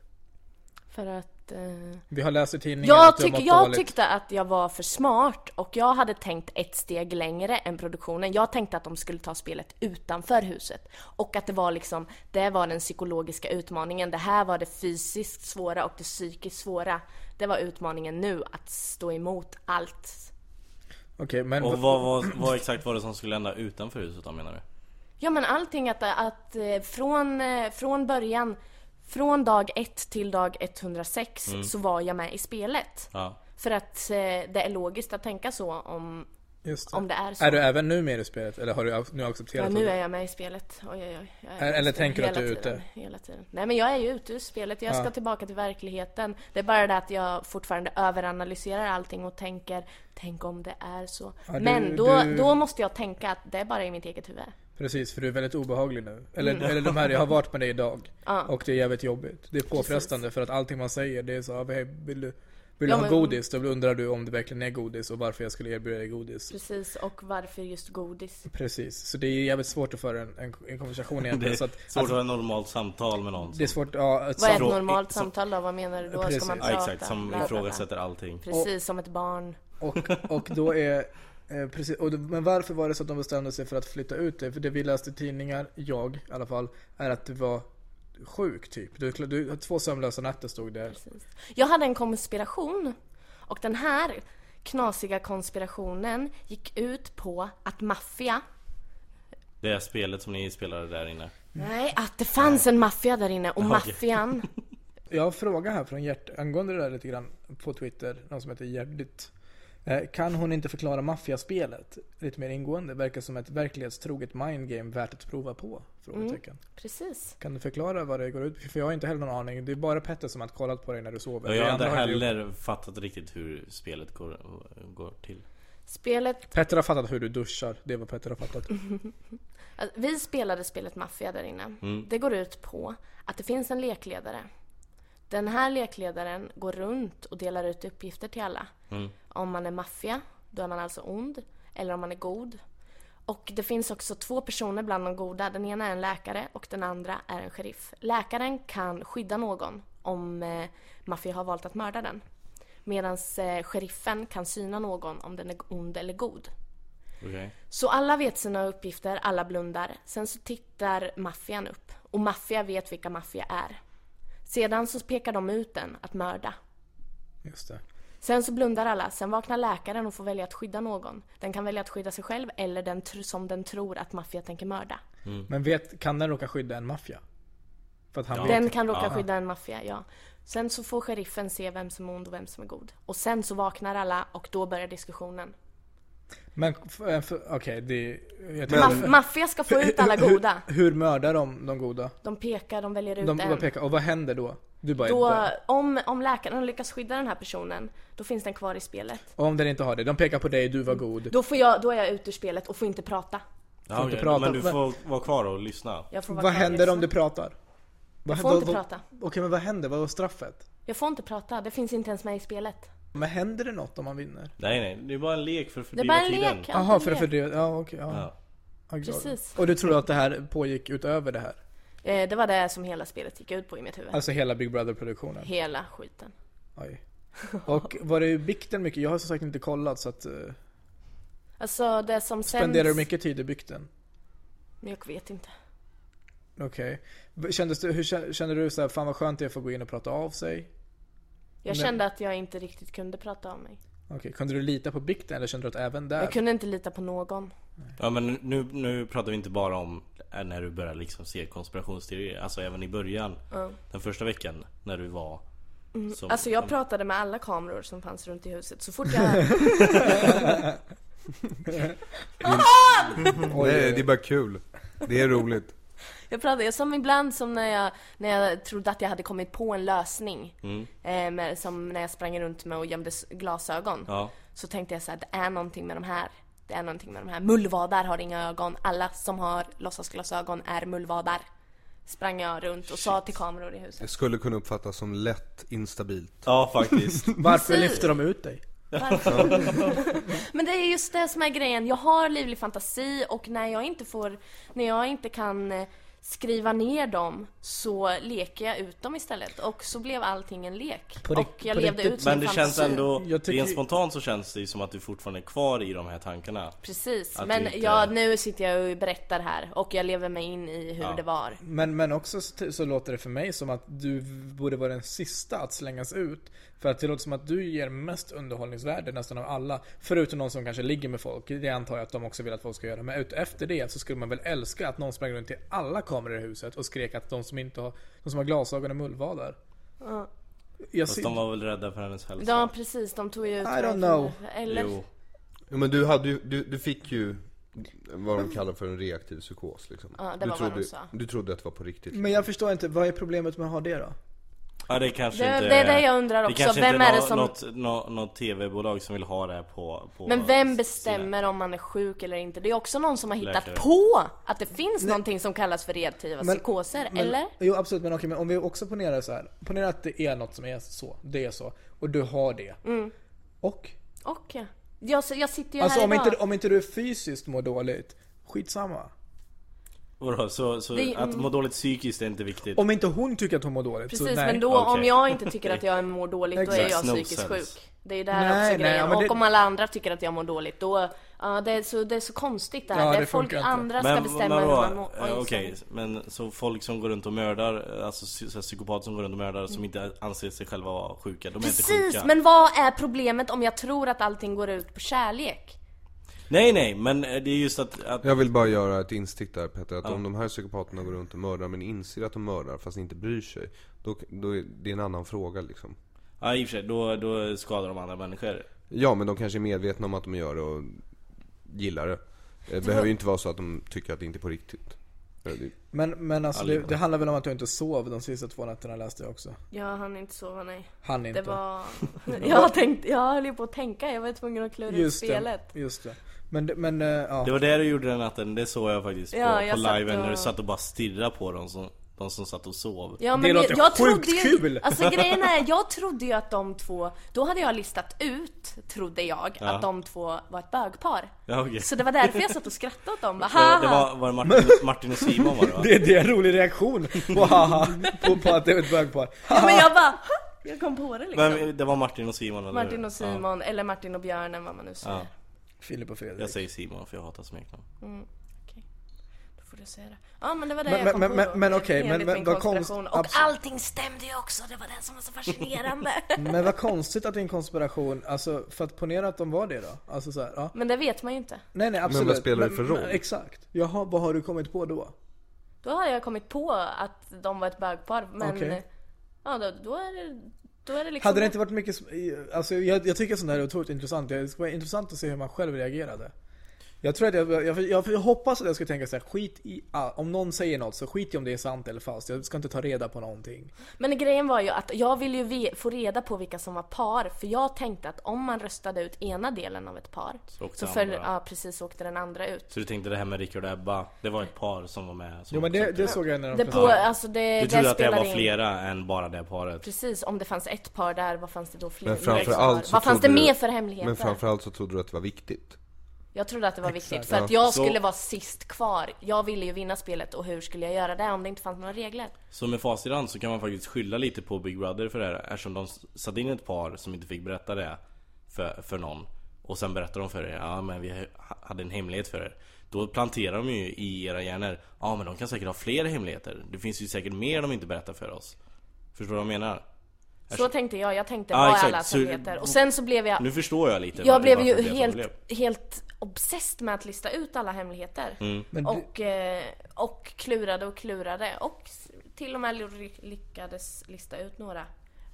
Speaker 4: För att... Eh...
Speaker 2: Vi har läst i tidningen
Speaker 4: Jag,
Speaker 2: att du har
Speaker 4: tyck,
Speaker 2: mått
Speaker 4: jag
Speaker 2: dåligt.
Speaker 4: tyckte att jag var för smart och jag hade tänkt ett steg längre än produktionen. Jag tänkte att de skulle ta spelet utanför huset. Och att det var liksom, det var den psykologiska utmaningen. Det här var det fysiskt svåra och det psykiskt svåra. Det var utmaningen nu, att stå emot allt.
Speaker 2: Okej, men
Speaker 1: Och vad, vad, vad exakt var det som skulle hända utanför huset då menar du?
Speaker 4: Ja men allting att, att eh, från, eh, från början, från dag 1 till dag 106
Speaker 2: Mm.
Speaker 4: så var jag med i spelet.
Speaker 1: Ja.
Speaker 4: För att eh, det är logiskt att tänka så om,
Speaker 2: just det.
Speaker 4: om det är så.
Speaker 2: Är du även nu med i spelet eller har du ac- nu accepterat
Speaker 4: Ja
Speaker 2: att
Speaker 4: nu
Speaker 2: du-
Speaker 4: är jag med i spelet. Oj, oj, oj. Jag är
Speaker 2: Eller-
Speaker 4: med i
Speaker 2: eller
Speaker 4: spelet
Speaker 2: tänker du att
Speaker 4: hela
Speaker 2: du är
Speaker 4: tiden,
Speaker 2: ute?
Speaker 4: Hela tiden. Nej men jag är ju ute ur spelet. Jag ska tillbaka till verkligheten. Det är bara det att jag fortfarande överanalyserar allting och tänker Tänk om det är så.
Speaker 2: du-
Speaker 4: men då,
Speaker 2: du-
Speaker 4: då måste jag tänka att det är bara i mitt eget huvud.
Speaker 2: Precis, för du är väldigt obehaglig nu. Eller,
Speaker 4: Mm.
Speaker 2: eller de här, jag har varit med dig idag. Och det är jävligt jobbigt. Det är påfrestande för att allting man säger det är så, "Ah, hej, vill du, vill du
Speaker 4: Ja,
Speaker 2: ha
Speaker 4: men-
Speaker 2: godis? Då undrar du om det verkligen är godis och varför jag skulle erbjuda dig godis.
Speaker 4: Precis. Och varför just godis?
Speaker 2: Precis, så det är jävligt svårt att föra en, en, en konversation
Speaker 1: Det är
Speaker 2: egentligen. Så
Speaker 1: svårt
Speaker 2: att,
Speaker 1: att ha ett normalt samtal med någon.
Speaker 2: det är
Speaker 1: Som,
Speaker 2: svårt, ja, att
Speaker 4: Vad är ett
Speaker 1: Som-
Speaker 4: normalt
Speaker 1: som-
Speaker 4: samtal då? Vad menar du då?
Speaker 2: Precis.
Speaker 4: Ska man
Speaker 1: ja,
Speaker 4: prata?
Speaker 1: exakt, som
Speaker 4: Bla, bla, bla.
Speaker 1: ifrågasätter allting.
Speaker 4: Precis, som ett barn.
Speaker 2: Och, och då är eh, Precis, och, då- men varför var det så att de bestämde sig för att flytta ut dig? För det vi läste i tidningar, jag i alla fall, är att du var sjuk typ. Du, du två sömnlösa nätter stod där.
Speaker 4: Jag hade en konspiration och den här knasiga konspirationen gick ut på att maffia
Speaker 1: Det är spelet som ni spelade där inne.
Speaker 4: Nej, att det fanns en maffia där inne och maffian
Speaker 2: Jag har en fråga här från Gert angående det där lite grann på Twitter. Någon som heter Gerdit. Eh, Kan hon inte förklara maffiaspelet lite mer ingående? Verkar som ett verklighetstroget mindgame värt att prova på? Frågetecken.
Speaker 4: Mm. Precis.
Speaker 2: Kan du förklara vad det går ut på? För jag har inte heller någon aning. Det är bara Petter som har kollat på dig när du sover.
Speaker 1: Och jag
Speaker 2: Vi
Speaker 1: har inte
Speaker 2: andra har gjort-
Speaker 1: heller fattat riktigt hur spelet går, går till.
Speaker 4: Spelet,
Speaker 2: Petter har fattat hur du duschar. Det är vad Petter har fattat.
Speaker 4: Mm. alltså, vi spelade spelet maffia där inne. Det går ut på att det finns en lekledare. Den här lekledaren går runt och delar ut uppgifter till alla. Om man är maffia, då är man alltså ond. Eller om man är god. Och det finns också två personer bland de goda. Den ena är en läkare och den andra är en sheriff. Läkaren kan skydda någon om eh, maffia har valt att mörda den. Medan eh, sheriffen kan syna någon om den är ond eller god.
Speaker 1: Okej?
Speaker 4: Så alla vet sina uppgifter, alla blundar. Sen så tittar maffian upp. Och maffia vet vilka maffia är. Sedan så pekar de ut den att mörda.
Speaker 2: Just det.
Speaker 4: Sen så blundar alla. Sen vaknar läkaren och får välja att skydda någon. Den kan välja att skydda sig själv eller den tr- som den tror att maffia tänker mörda.
Speaker 1: Mm.
Speaker 2: Men vet, kan den råka skydda en maffia? För att han vet.
Speaker 4: Den kan råka skydda en maffia, ja. Sen så får sheriffen se vem som är ond och vem som är god. Och sen så vaknar alla och då börjar diskussionen.
Speaker 2: Men f- eh, för- okej, det... Jag
Speaker 3: Men-
Speaker 4: Maff- maffia ska få ut alla goda.
Speaker 2: Hur, hur mördar de de goda?
Speaker 4: De pekar, de väljer ut
Speaker 2: De bara
Speaker 4: en.
Speaker 2: pekar, och vad händer då? Du bara är
Speaker 4: Då,
Speaker 2: död.
Speaker 4: om, om läkaren lyckas skydda den här personen, då finns den kvar i spelet.
Speaker 2: Och om den inte har det, de pekar på dig, du var god.
Speaker 4: Mm. Då, får jag, då är jag ute ur spelet och får inte prata.
Speaker 1: Ja,
Speaker 2: inte
Speaker 1: okej,
Speaker 2: prata.
Speaker 1: Men du
Speaker 2: Men-
Speaker 1: får vara kvar och lyssna.
Speaker 4: Jag får vara
Speaker 2: Vad
Speaker 4: kvar och
Speaker 2: händer om du
Speaker 4: lyssna.
Speaker 2: pratar? Vad,
Speaker 4: Jag får
Speaker 2: vad-
Speaker 4: inte
Speaker 2: vad-
Speaker 4: prata.
Speaker 2: Okej, men vad händer? Vad var straffet?
Speaker 4: Jag får inte prata, det finns inte ens med i spelet.
Speaker 2: Men händer det något om man vinner?
Speaker 1: Nej nej, det är bara en lek för att
Speaker 4: Det är
Speaker 1: fördriva
Speaker 4: bara en
Speaker 1: tiden.
Speaker 4: lek.
Speaker 2: Jaha,
Speaker 4: alltid
Speaker 2: för att
Speaker 4: en lek.
Speaker 2: fördriva... Ja, okej. ja.
Speaker 1: Ja.
Speaker 2: Ja, glad.
Speaker 4: Precis.
Speaker 2: Och du tror att det här pågick utöver det här?
Speaker 4: Eh, Det var det som hela spelet gick ut på i mitt huvud.
Speaker 2: Alltså hela Big Brother-produktionen?
Speaker 4: Hela skiten.
Speaker 2: Oj. Och var det bikten mycket? Jag har som sagt inte kollat så att... eh,
Speaker 4: Alltså det som sänds...
Speaker 2: Spenderar du mycket tid i bikten?
Speaker 4: Men jag vet inte.
Speaker 2: Okej. Okay. Kändes du, hur kä- kände du så här, fan vad skönt det är att få gå in och prata av sig?
Speaker 4: Jag
Speaker 2: Men-
Speaker 4: kände att jag inte riktigt kunde prata om mig.
Speaker 2: Okej, kunde du lita på bikten eller kände du att även där?
Speaker 4: Jag kunde inte lita på någon.
Speaker 1: Ja men nu, nu pratar vi inte bara om eh, när du började liksom se konspirationsteorier, alltså även i början. Den första veckan när du var som,
Speaker 4: Alltså jag pratade med alla kameror som fanns runt i huset så fort jag... Ah,
Speaker 2: Oj,
Speaker 3: Nej, det är bara kul. Det är roligt.
Speaker 4: Jag pratade, jag som ibland som när jag, när jag trodde att jag hade kommit på en lösning. Eh, med, som när jag sprang runt med och gömde s- glasögon.
Speaker 1: Ja.
Speaker 4: Så tänkte jag så här, det är någonting med de här. Det är någonting med de här. Mullvadar har inga ögon. Alla som har låtsasglasögon är mullvadar. Sprang jag runt och sa till kameror i huset.
Speaker 3: Det skulle kunna uppfattas som lätt instabilt.
Speaker 1: Ja faktiskt.
Speaker 2: Varför
Speaker 4: Precis.
Speaker 2: lyfter de ut dig?
Speaker 4: Men det är just det som är grejen. Jag har livlig fantasi och när jag inte får, när jag inte kan eh, skriva ner dem så leker jag ut dem istället. Och så blev allting en lek.
Speaker 2: På rikt-
Speaker 4: och jag
Speaker 2: på
Speaker 4: levde
Speaker 2: riktigt.
Speaker 4: ut
Speaker 1: Men
Speaker 4: min
Speaker 1: det
Speaker 4: fantasi.
Speaker 1: känns ändå,
Speaker 2: Jag tycker-
Speaker 1: rent spontant så känns det ju som att du fortfarande är kvar i de här tankarna.
Speaker 4: Precis,
Speaker 1: Att
Speaker 4: men
Speaker 1: det inte-
Speaker 4: ja, nu sitter jag och berättar här och jag lever mig in i hur det var.
Speaker 2: Men, men också så, så låter det för mig som att du borde vara den sista att slängas ut. För att det låter som att du ger mest underhållningsvärde nästan av alla. Förutom någon som kanske ligger med folk. Det antar jag att de också vill att folk ska göra. Men ut efter det så skulle man väl älska att någon sprang runt till alla kameror i huset och skrek att de som inte har, de som har glasögon är mullvadar. Jag
Speaker 1: Fast
Speaker 2: ser,
Speaker 1: de var väl rädda för hennes hälsa?
Speaker 4: Ja precis, de tog ju ut
Speaker 2: I
Speaker 4: mig
Speaker 2: don't
Speaker 4: från-
Speaker 2: know.
Speaker 4: Eller?
Speaker 1: Jo.
Speaker 3: Ja, men du, hade, ju- du, du fick ju vad de kallar för en reaktiv psykos liksom.
Speaker 4: Ja, det
Speaker 3: du,
Speaker 4: var vad
Speaker 3: trodde,
Speaker 4: de sa.
Speaker 3: du trodde att det var på riktigt.
Speaker 2: Men jag förstår inte, vad är problemet med att ha det då?
Speaker 1: Ja det kanske
Speaker 4: Det-
Speaker 1: inte
Speaker 4: det är det jag undrar också.
Speaker 1: kanske
Speaker 4: Vem
Speaker 1: inte
Speaker 4: är det
Speaker 1: nå-
Speaker 4: som-
Speaker 1: Något, nå- något tv-bolag som vill ha det här på... på
Speaker 4: Men vem
Speaker 1: s-
Speaker 4: bestämmer om man är sjuk eller inte? Det är också någon som har hittat
Speaker 1: Läkare.
Speaker 4: på att det finns någonting som kallas för reaktiva
Speaker 2: Men-
Speaker 4: psykoser,
Speaker 2: Men,
Speaker 4: eller?
Speaker 2: Jo absolut, men okej men om vi också ponerar så här. Ponera att det är något som är så, det är så. Och du har det.
Speaker 4: Mm.
Speaker 2: Och?
Speaker 4: Och ja. Jag, s- jag sitter ju
Speaker 2: Alltså
Speaker 4: här
Speaker 2: om
Speaker 4: idag.
Speaker 2: inte, om inte du fysiskt mår dåligt, skitsamma.
Speaker 1: Vadå, så, så
Speaker 4: Det-
Speaker 1: att må dåligt psykiskt är inte viktigt?
Speaker 2: Om inte hon tycker att hon mår dåligt så
Speaker 4: Precis,
Speaker 2: nej.
Speaker 4: men då
Speaker 1: Okej.
Speaker 4: om jag inte tycker att jag mår dåligt då är
Speaker 2: Exakt.
Speaker 4: jag
Speaker 1: No
Speaker 4: psykiskt
Speaker 1: sense.
Speaker 4: sjuk. Det är där
Speaker 2: Nej,
Speaker 4: också
Speaker 2: nej,
Speaker 4: grejen.
Speaker 2: ja, men det-
Speaker 4: Och om alla andra tycker att jag mår dåligt då, ja det, är så, det är så konstigt det här.
Speaker 2: Ja,
Speaker 4: där
Speaker 2: det
Speaker 4: folk
Speaker 2: funkar inte.
Speaker 4: andra ska bestämma hur
Speaker 1: vadå?
Speaker 4: man mår.
Speaker 1: Eh,
Speaker 4: Oj,
Speaker 1: Okej,
Speaker 4: sorry.
Speaker 1: men så folk som går runt och mördar, eh, alltså psy- så här psykopater som går runt och mördar som inte anser sig själva vara sjuka, de är inte
Speaker 4: Precis,
Speaker 1: sjuka
Speaker 4: men vad är problemet om jag tror att allting går ut på kärlek?
Speaker 1: Nej nej, men eh, det är just att, att
Speaker 3: Jag vill bara göra ett instick där Petter, att om de här psykopaterna går runt och mördar men inser att de mördar fast inte bryr sig. Då, då är det en annan fråga liksom.
Speaker 1: ja, i och för sig, då, då skadar de andra människor
Speaker 3: Ja men de kanske är medvetna om att de gör det och gillar det. Det
Speaker 4: Alltså,
Speaker 3: behöver ju inte vara så att de tycker att det inte är på riktigt. Eh, det-
Speaker 2: Men, men alltså det, det handlar väl om att du inte sov de sista två nätterna läste jag också.
Speaker 4: Jag hann inte sova, nej.
Speaker 2: Han inte.
Speaker 4: Det var... Jag, tänkte, jag höll ju på att tänka, jag var tvungen att klura ut
Speaker 2: just
Speaker 4: spelet.
Speaker 2: det, just det. Men, det- men eh, ja.
Speaker 1: Det var det du gjorde den natten, det såg jag faktiskt på,
Speaker 4: Ja, jag
Speaker 1: på
Speaker 4: satt
Speaker 1: liven när du
Speaker 4: och-
Speaker 1: satt och bara stirrade på dem som, de som satt och sov
Speaker 4: Ja,
Speaker 2: Det låter
Speaker 4: jag,
Speaker 2: sjukt
Speaker 4: trodde ju,
Speaker 2: kul.
Speaker 4: Alltså grejen är, jag trodde ju att de två, då hade jag listat ut, trodde jag, att de två var ett bögpar.
Speaker 1: Ja, okej.
Speaker 4: Så det var därför jag satt och skrattade åt dem. Bara,
Speaker 1: Så Det
Speaker 4: Haha.
Speaker 1: var, var det Martin, Martin och Simon var det va?
Speaker 2: Det, det är en rolig reaktion på, haha, på, på att det är ett bögpar.
Speaker 4: Ja, men jag bara, "Ha!" jag kom på det liksom.
Speaker 1: Men det var Martin och Simon eller hur?
Speaker 4: Martin och Simon, eller Martin och Björnen vad man nu säger.
Speaker 2: Filip och
Speaker 1: Jag
Speaker 2: Fredrik.
Speaker 1: säger Simon för jag hatar smeknamn
Speaker 4: Då får du säga det. Ja men det var det
Speaker 2: Men-
Speaker 4: jag kom
Speaker 2: men-
Speaker 4: på
Speaker 2: men-
Speaker 4: då.
Speaker 2: men okej, men-
Speaker 4: Enligt
Speaker 2: men
Speaker 4: min
Speaker 2: vad konst-
Speaker 4: konspiration. Och
Speaker 2: absolut.
Speaker 4: allting stämde ju också, det var det som var så fascinerande.
Speaker 2: Men vad konstigt att det är en konspiration, alltså för att ponera att de var det då. Alltså så här, ja.
Speaker 4: men det vet man ju inte.
Speaker 2: Nej nej absolut.
Speaker 3: vad spelar det för roll?
Speaker 2: Exakt. Jaha, vad har du kommit på då?
Speaker 4: Då har jag kommit på att de var ett bögpar men
Speaker 2: Okej.
Speaker 4: ja, då, då, är det, då är det liksom...
Speaker 2: Hade det inte varit mycket, sm- alltså jag, jag tycker sånt här är otroligt intressant. Det skulle vara intressant att se hur man själv reagerade. Jag tror att jag, jag, jag, jag hoppas att jag skulle tänka så här, skit i all- om någon säger något så skit i om det är sant eller falskt. Jag ska inte ta reda på någonting.
Speaker 4: Men grejen var ju att jag ville ju ve- få reda på vilka som var par för jag tänkte att om man röstade ut ena delen av ett par
Speaker 1: Så åkte den
Speaker 4: följde,
Speaker 1: andra.
Speaker 4: ja, precis, så åkte den andra ut.
Speaker 1: Så du tänkte det här med Rickard och Ebba, det var ett par som var med som
Speaker 2: Jo men det,
Speaker 1: också-
Speaker 2: det såg jag när de
Speaker 4: Det på,
Speaker 2: presenterade.
Speaker 4: alltså det,
Speaker 1: Du trodde att det
Speaker 4: spelar
Speaker 1: var
Speaker 4: in.
Speaker 1: flera än bara det paret?
Speaker 4: Precis, om det fanns ett par där, vad fanns det då fler?
Speaker 3: Men
Speaker 4: par?
Speaker 3: framförallt så
Speaker 4: Vad fanns det
Speaker 3: trodde du-
Speaker 4: mer för hemligheter?
Speaker 3: Men framförallt så trodde du att det var viktigt.
Speaker 4: Jag trodde att det var viktigt för
Speaker 3: Ja.
Speaker 4: att jag
Speaker 1: Så-
Speaker 4: skulle vara sist kvar. Jag ville ju vinna spelet och hur skulle jag göra det om det inte fanns några regler?
Speaker 1: Så med facit i hand så kan man faktiskt skylla lite på Big Brother för det här eftersom de s- satte in ett par som inte fick berätta det för, för någon och sen berättar de för er ja men vi ha- hade en hemlighet för er. Då planterar de ju i era hjärnor ja men de kan säkert ha fler hemligheter. Det finns ju säkert mer de inte berättar för oss. Förstår du vad jag menar?
Speaker 4: Så tänkte jag, jag tänkte
Speaker 1: Ja,
Speaker 4: vad är
Speaker 1: exakt.
Speaker 4: alla
Speaker 1: Så-
Speaker 4: alfabeter? Och sen så blev jag,
Speaker 1: Nu förstår jag lite
Speaker 4: jag
Speaker 1: varför-
Speaker 4: blev
Speaker 1: varför
Speaker 4: ju
Speaker 1: det blev.
Speaker 4: helt, helt obsessed med att lista ut alla hemligheter.
Speaker 1: Mm.
Speaker 2: Men du-
Speaker 4: Och, eh, och klurade och klurade och s- till och med ly- lyckades lista ut några.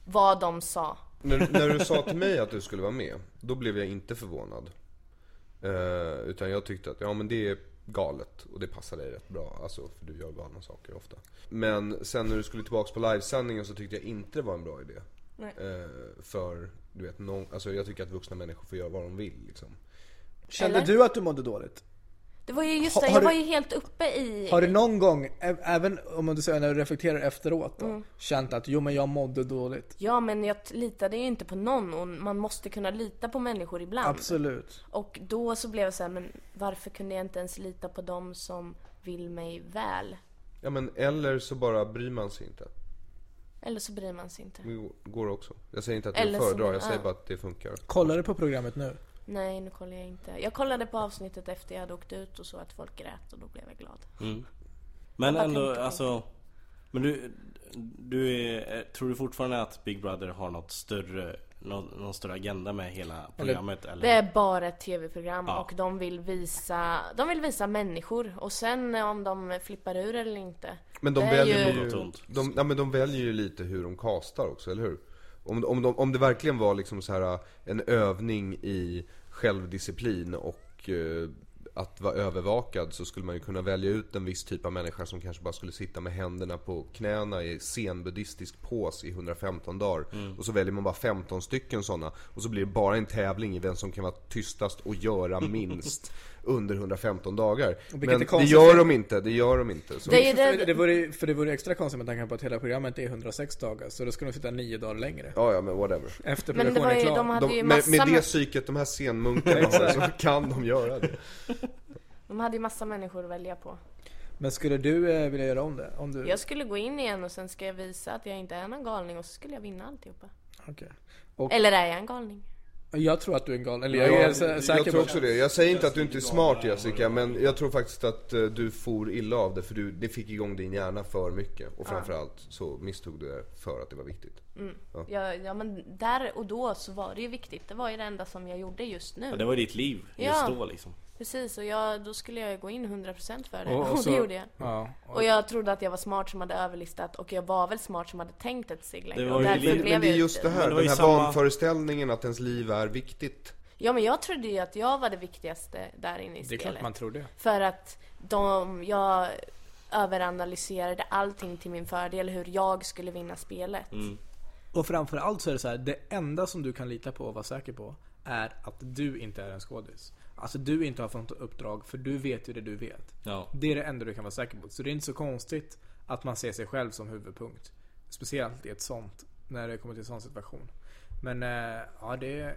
Speaker 4: Vad de sa.
Speaker 3: När, när du sa till mig att du skulle vara med, då blev jag inte förvånad. Eh, utan jag tyckte att, ja men det är galet och det passar dig rätt bra. Alltså, för du gör galna saker ofta. Men sen när du skulle tillbaks på livesändningen så tyckte jag inte det var en bra idé.
Speaker 4: Nej.
Speaker 3: Eh, för, du vet, någon, alltså jag tycker att vuxna människor får göra vad de vill liksom.
Speaker 5: Kände
Speaker 4: Eller?
Speaker 5: du att du mådde dåligt?
Speaker 4: Det var ju just
Speaker 5: Har-
Speaker 4: det,
Speaker 5: har
Speaker 4: jag
Speaker 5: du-
Speaker 4: var ju helt uppe i...
Speaker 2: Har du någon gång, ä- även om du säger när du reflekterar efteråt då,
Speaker 4: Mm.
Speaker 2: känt att jo men jag mådde dåligt?
Speaker 4: Ja men jag t- litade ju inte på någon och man måste kunna lita på människor ibland.
Speaker 2: Absolut.
Speaker 4: Och då så blev jag så här, men varför kunde jag inte ens lita på dem som vill mig väl?
Speaker 3: Ja men eller så bara bryr man sig inte.
Speaker 4: Eller så bryr man sig inte.
Speaker 3: Det går också. Jag säger inte att jag
Speaker 4: Eller så-
Speaker 3: föredrar, jag säger
Speaker 4: ja.
Speaker 3: bara att det funkar.
Speaker 2: Kollar du på programmet nu?
Speaker 4: Nej, nu kollar jag inte. Jag kollade på avsnittet efter jag hade åkt ut och såg att folk grät och då blev jag glad.
Speaker 1: Men
Speaker 4: Vad
Speaker 1: ändå
Speaker 4: tänkte du?
Speaker 1: alltså Men du, du är, tror du fortfarande att Big Brother har något större någon, någon större agenda med hela programmet eller?
Speaker 4: Det är bara ett tv-program
Speaker 1: Ja.
Speaker 4: och de vill, visa, de vill visa människor. Och sen om de flippar ur eller inte.
Speaker 3: Men de
Speaker 4: Det är
Speaker 3: väljer
Speaker 4: ju-
Speaker 3: ju,
Speaker 1: Något ont.
Speaker 3: de, ja, men de väljer ju lite hur de kastar också, eller hur? Om, om, de, om det verkligen var liksom så här äh, en övning i självdisciplin och eh, att vara övervakad så skulle man ju kunna välja ut en viss typ av människa som kanske bara skulle sitta med händerna på knäna i zen-buddhistisk pose i 115 dagar. Och så väljer man bara 15 stycken sådana. Och så blir det bara en tävling i vem som kan vara tystast och göra minst under 115 dagar.
Speaker 2: är
Speaker 3: Men det
Speaker 2: konstigt.
Speaker 3: gör de inte, det gör de inte. Så.
Speaker 4: Det är ju
Speaker 2: För det,
Speaker 4: det,
Speaker 2: det vore, för det vore extra konstigt med tanke på att hela programmet är 106 dagar, så då skulle de sitta 9 dagar längre.
Speaker 3: Ja, ja, men whatever.
Speaker 2: Efter
Speaker 4: men det var
Speaker 2: produktionen är
Speaker 4: ju,
Speaker 2: klar.
Speaker 4: de hade
Speaker 3: De,
Speaker 4: ju
Speaker 3: med,
Speaker 4: massa,
Speaker 3: med det
Speaker 4: mä-
Speaker 3: psyket de här scenmunkarna har så kan de göra det.
Speaker 4: de hade ju massa människor att välja på.
Speaker 2: Men skulle du eh, vilja göra om det? Om du...
Speaker 4: Jag skulle gå in igen och sen ska jag visa att jag inte är någon galning och så skulle jag vinna alltihopa.
Speaker 2: Okej.
Speaker 4: Eller är jag en galning?
Speaker 2: Jag tror att du är en galen, eller jag,
Speaker 3: Jag,
Speaker 2: är sä-
Speaker 3: jag,
Speaker 2: säker
Speaker 3: tror
Speaker 2: på
Speaker 3: också det. Jag säger inte att du inte är smart Jessica, men jag tror faktiskt att eh, du for illa av det för du, det fick igång din hjärna för mycket. Och framförallt så misstog du det för att det var viktigt.
Speaker 4: Ja, ja men där och då så var det ju viktigt. Det var ju det enda som jag gjorde just nu.
Speaker 1: Ja, det var ditt liv just
Speaker 4: Ja.
Speaker 1: då liksom
Speaker 4: Precis och jag, då skulle jag ju gå in 100% för det.
Speaker 2: Och-
Speaker 4: Och,
Speaker 2: och så-
Speaker 4: det gjorde jag.
Speaker 2: Ja.
Speaker 4: Och jag trodde att jag var smart som hade överlistat och jag var väl smart som hade tänkt ett steg längre.
Speaker 1: Det var
Speaker 4: och
Speaker 1: ju
Speaker 4: därför
Speaker 1: lite-
Speaker 4: blev
Speaker 3: Men det är
Speaker 4: jag
Speaker 3: just det här,
Speaker 1: Men det var
Speaker 3: den
Speaker 1: ju
Speaker 3: här
Speaker 1: samma-
Speaker 3: vanföreställningen att ens liv är viktigt.
Speaker 4: Ja men jag trodde ju att jag var det viktigaste där inne i
Speaker 2: Det är
Speaker 4: spelet.
Speaker 2: klart man tror det.
Speaker 4: För att de, jag överanalyserade allting till min fördel hur jag skulle vinna spelet.
Speaker 2: Och framförallt så är det så här, det enda som du kan lita på och vara säker på är att du inte är en skådis. Alltså du inte har fått något uppdrag för du vet ju det du vet.
Speaker 1: Ja
Speaker 2: Det är det enda du kan vara säker på. Så det är inte så konstigt att man ser sig själv som huvudpunkt. Speciellt i ett sånt, när det kommer till en sån situation. Men eh, ja det är...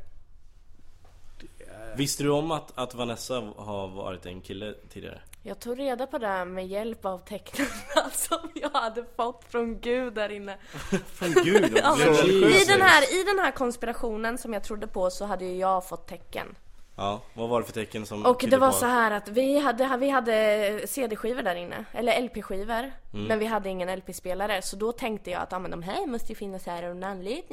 Speaker 1: Visste du om att, att Vanessa har varit en kille tidigare?
Speaker 4: Jag tog reda på det med hjälp av tecknarna som jag hade fått från gud där inne.
Speaker 1: Från gud!
Speaker 4: Ja, men
Speaker 1: vad
Speaker 4: i,
Speaker 1: religiös.
Speaker 4: den här, I den här konspirationen som jag trodde på så hade ju jag fått tecken.
Speaker 1: Ja, vad var det för tecken som
Speaker 4: Och
Speaker 1: tydde
Speaker 4: det var
Speaker 1: på-
Speaker 4: så här att vi hade, vi hade CD-skivor där inne, eller LP-skivor.
Speaker 1: Mm.
Speaker 4: Men vi hade ingen LP-spelare, så då tänkte jag att ah, men de här måste ju finnas här av en anledning.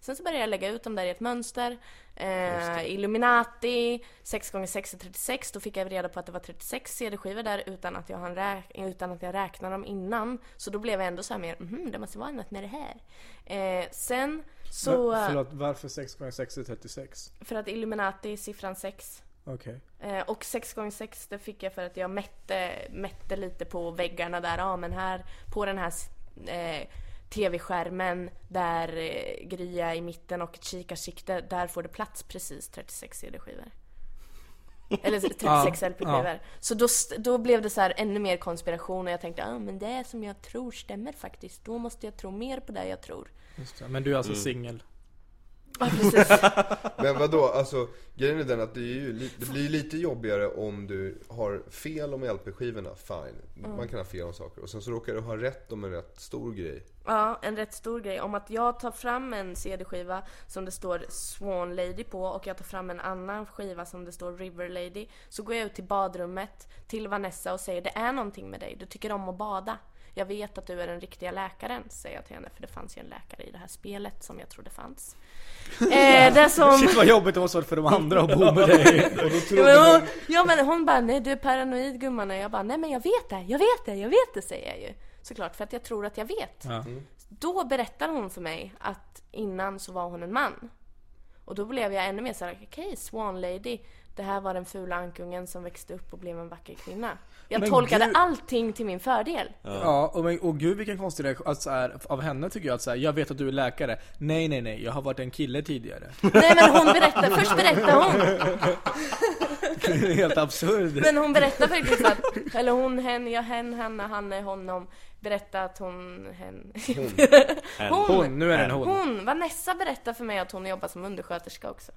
Speaker 4: Sen så började jag lägga ut dem där i ett mönster. Eh, Illuminati, 6x6 är 36. Då fick jag reda på att det var 36 CD-skivor där utan att jag, hann räk- utan att jag räknade dem innan. Så då blev jag ändå så här mer, mhm, det måste vara något med det här. Eh, sen så...
Speaker 2: Va- Förlåt, varför 6x6 är 36?
Speaker 4: För att Illuminati är siffran 6.
Speaker 2: Okej.
Speaker 4: Eh, och 6x6 det fick jag för att jag mätte, mätte lite på väggarna där. Ja men här på den här eh, TV-skärmen där eh, Gry är i mitten och ett kikarsikte. Där får det plats precis 36 CD-skivor. Eller 36
Speaker 6: Ja,
Speaker 4: LP-skivor. Så då, st- då blev det så här ännu mer konspiration och jag tänkte ah, men det som jag tror stämmer faktiskt. Då måste jag tro mer på det jag tror.
Speaker 2: Just det, Men du är alltså
Speaker 3: Mm.
Speaker 2: singel?
Speaker 4: Ja precis.
Speaker 3: Men vadå, alltså grejen är den att det, är ju, li- det blir ju lite jobbigare om du har fel om LP-skivorna, fine.
Speaker 4: Mm.
Speaker 3: Man kan ha fel om saker. Och sen så råkar du ha rätt om en rätt stor grej.
Speaker 4: Ja, en rätt stor grej. Om att jag tar fram en CD-skiva som det står Swan Lady på och jag tar fram en annan skiva som det står River Lady. Så går jag ut till badrummet till Vanessa och säger det är någonting med dig, du tycker om att bada. Jag vet att du är den riktiga läkaren, säger jag till henne för det fanns ju en läkare i det här spelet som jag trodde fanns. Eh, det som...
Speaker 2: Shit vad jobbigt det måste varit för de andra att bo med dig. Och då
Speaker 4: Ja
Speaker 2: trodde
Speaker 4: men,
Speaker 2: de-
Speaker 4: hon, ja men hon bara, nej du är paranoid gumman och jag bara, nej men jag vet det, jag vet det, jag vet det säger jag ju. Såklart, för att jag tror att jag vet.
Speaker 2: Ja.
Speaker 4: Då berättar hon för mig att innan så var hon en man. Och då blev jag ännu mer såhär, okej Swan Lady, det här var den fula ankungen som växte upp och blev en vacker kvinna. Jag
Speaker 2: Men
Speaker 4: tolkade
Speaker 2: gud.
Speaker 4: allting till min fördel.
Speaker 2: Ja, och, men, och gud vilken konstig reaktion att så här, av henne tycker jag att så här, jag vet att du är läkare. Nej nej nej, jag har varit en kille tidigare.
Speaker 4: Nej men hon berättar, först berättar hon.
Speaker 2: Det är helt absurd.
Speaker 4: Men hon berättar verkligen så att, eller hon, hen, jag, hen, henne, hanne, honom. Berättar att hon, hen.
Speaker 2: Hon. Hon, nu är det en hon.
Speaker 4: Hon, Vanessa berättar för mig att hon jobbar som undersköterska också.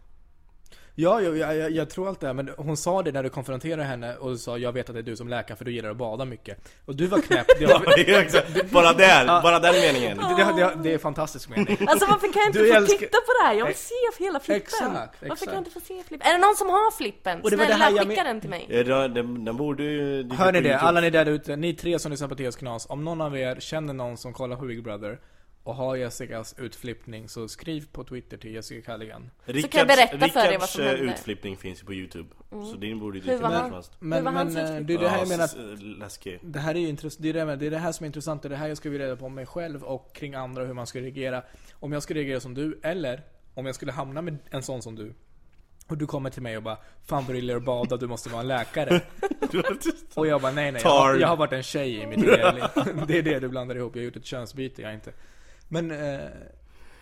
Speaker 2: Ja, jag, jag, jag, jag tror allt det här, men hon sa det när du konfronterade henne och du sa jag vet att det är du som läkare för du gillar att bada mycket. Och du var knäpp. Det var...
Speaker 1: Ja, exakt. Bara där,
Speaker 2: Ja.
Speaker 1: bara den meningen.
Speaker 2: Det, det, det, det är fantastisk mening.
Speaker 4: Alltså varför kan jag inte
Speaker 2: Du
Speaker 4: få
Speaker 2: älskar-
Speaker 4: titta på det här? Jag vill se hela flippen.
Speaker 2: Exakt,
Speaker 4: Varför
Speaker 2: exakt.
Speaker 4: kan jag inte få se flippen? Är det någon som har flippen?
Speaker 2: Och det var det
Speaker 4: Snälla
Speaker 2: här jag
Speaker 4: skicka
Speaker 2: men-
Speaker 4: den till mig.
Speaker 1: Ja, den- Eh, den, den borde ju... dyka
Speaker 2: Hör
Speaker 1: upp
Speaker 2: ni
Speaker 1: på
Speaker 2: det?
Speaker 1: YouTube.
Speaker 2: Alla ni där ute, ni tre som lyssnar på TS Knas. Om någon av er känner någon som kollar på Big Brother och har Jessicas utflippning så skriv på Twitter till Jessica Callaghan.
Speaker 4: Så kan jag berätta för er vad som
Speaker 1: eh,
Speaker 4: hände.
Speaker 1: utflippning finns ju på Youtube.
Speaker 4: Mm.
Speaker 1: Så din borde ju
Speaker 4: Hur
Speaker 1: dyka
Speaker 4: var
Speaker 1: upp
Speaker 4: han?
Speaker 1: som helst.
Speaker 2: Men,
Speaker 4: var
Speaker 2: men
Speaker 4: hans
Speaker 2: eh, det är det här jag
Speaker 1: Ja,
Speaker 2: menar.
Speaker 1: s- eh, Läskig.
Speaker 2: Det här är ju intressant, det är det, jag menar. det är det här som är intressant, det är det här jag skulle vilja reda på om mig själv och kring andra och hur man skulle reagera. Om jag skulle reagera som du, eller om jag skulle hamna med en sån som du. Och du kommer till mig och bara Fan vad du gillar att bada, du måste vara en läkare. och jag bara nej nej, jag har,
Speaker 1: Tar.
Speaker 2: jag har varit en tjej i mitt hela liv. Det är det du blandar ihop, jag har gjort ett könsbyte, jag är inte. Men... Eh,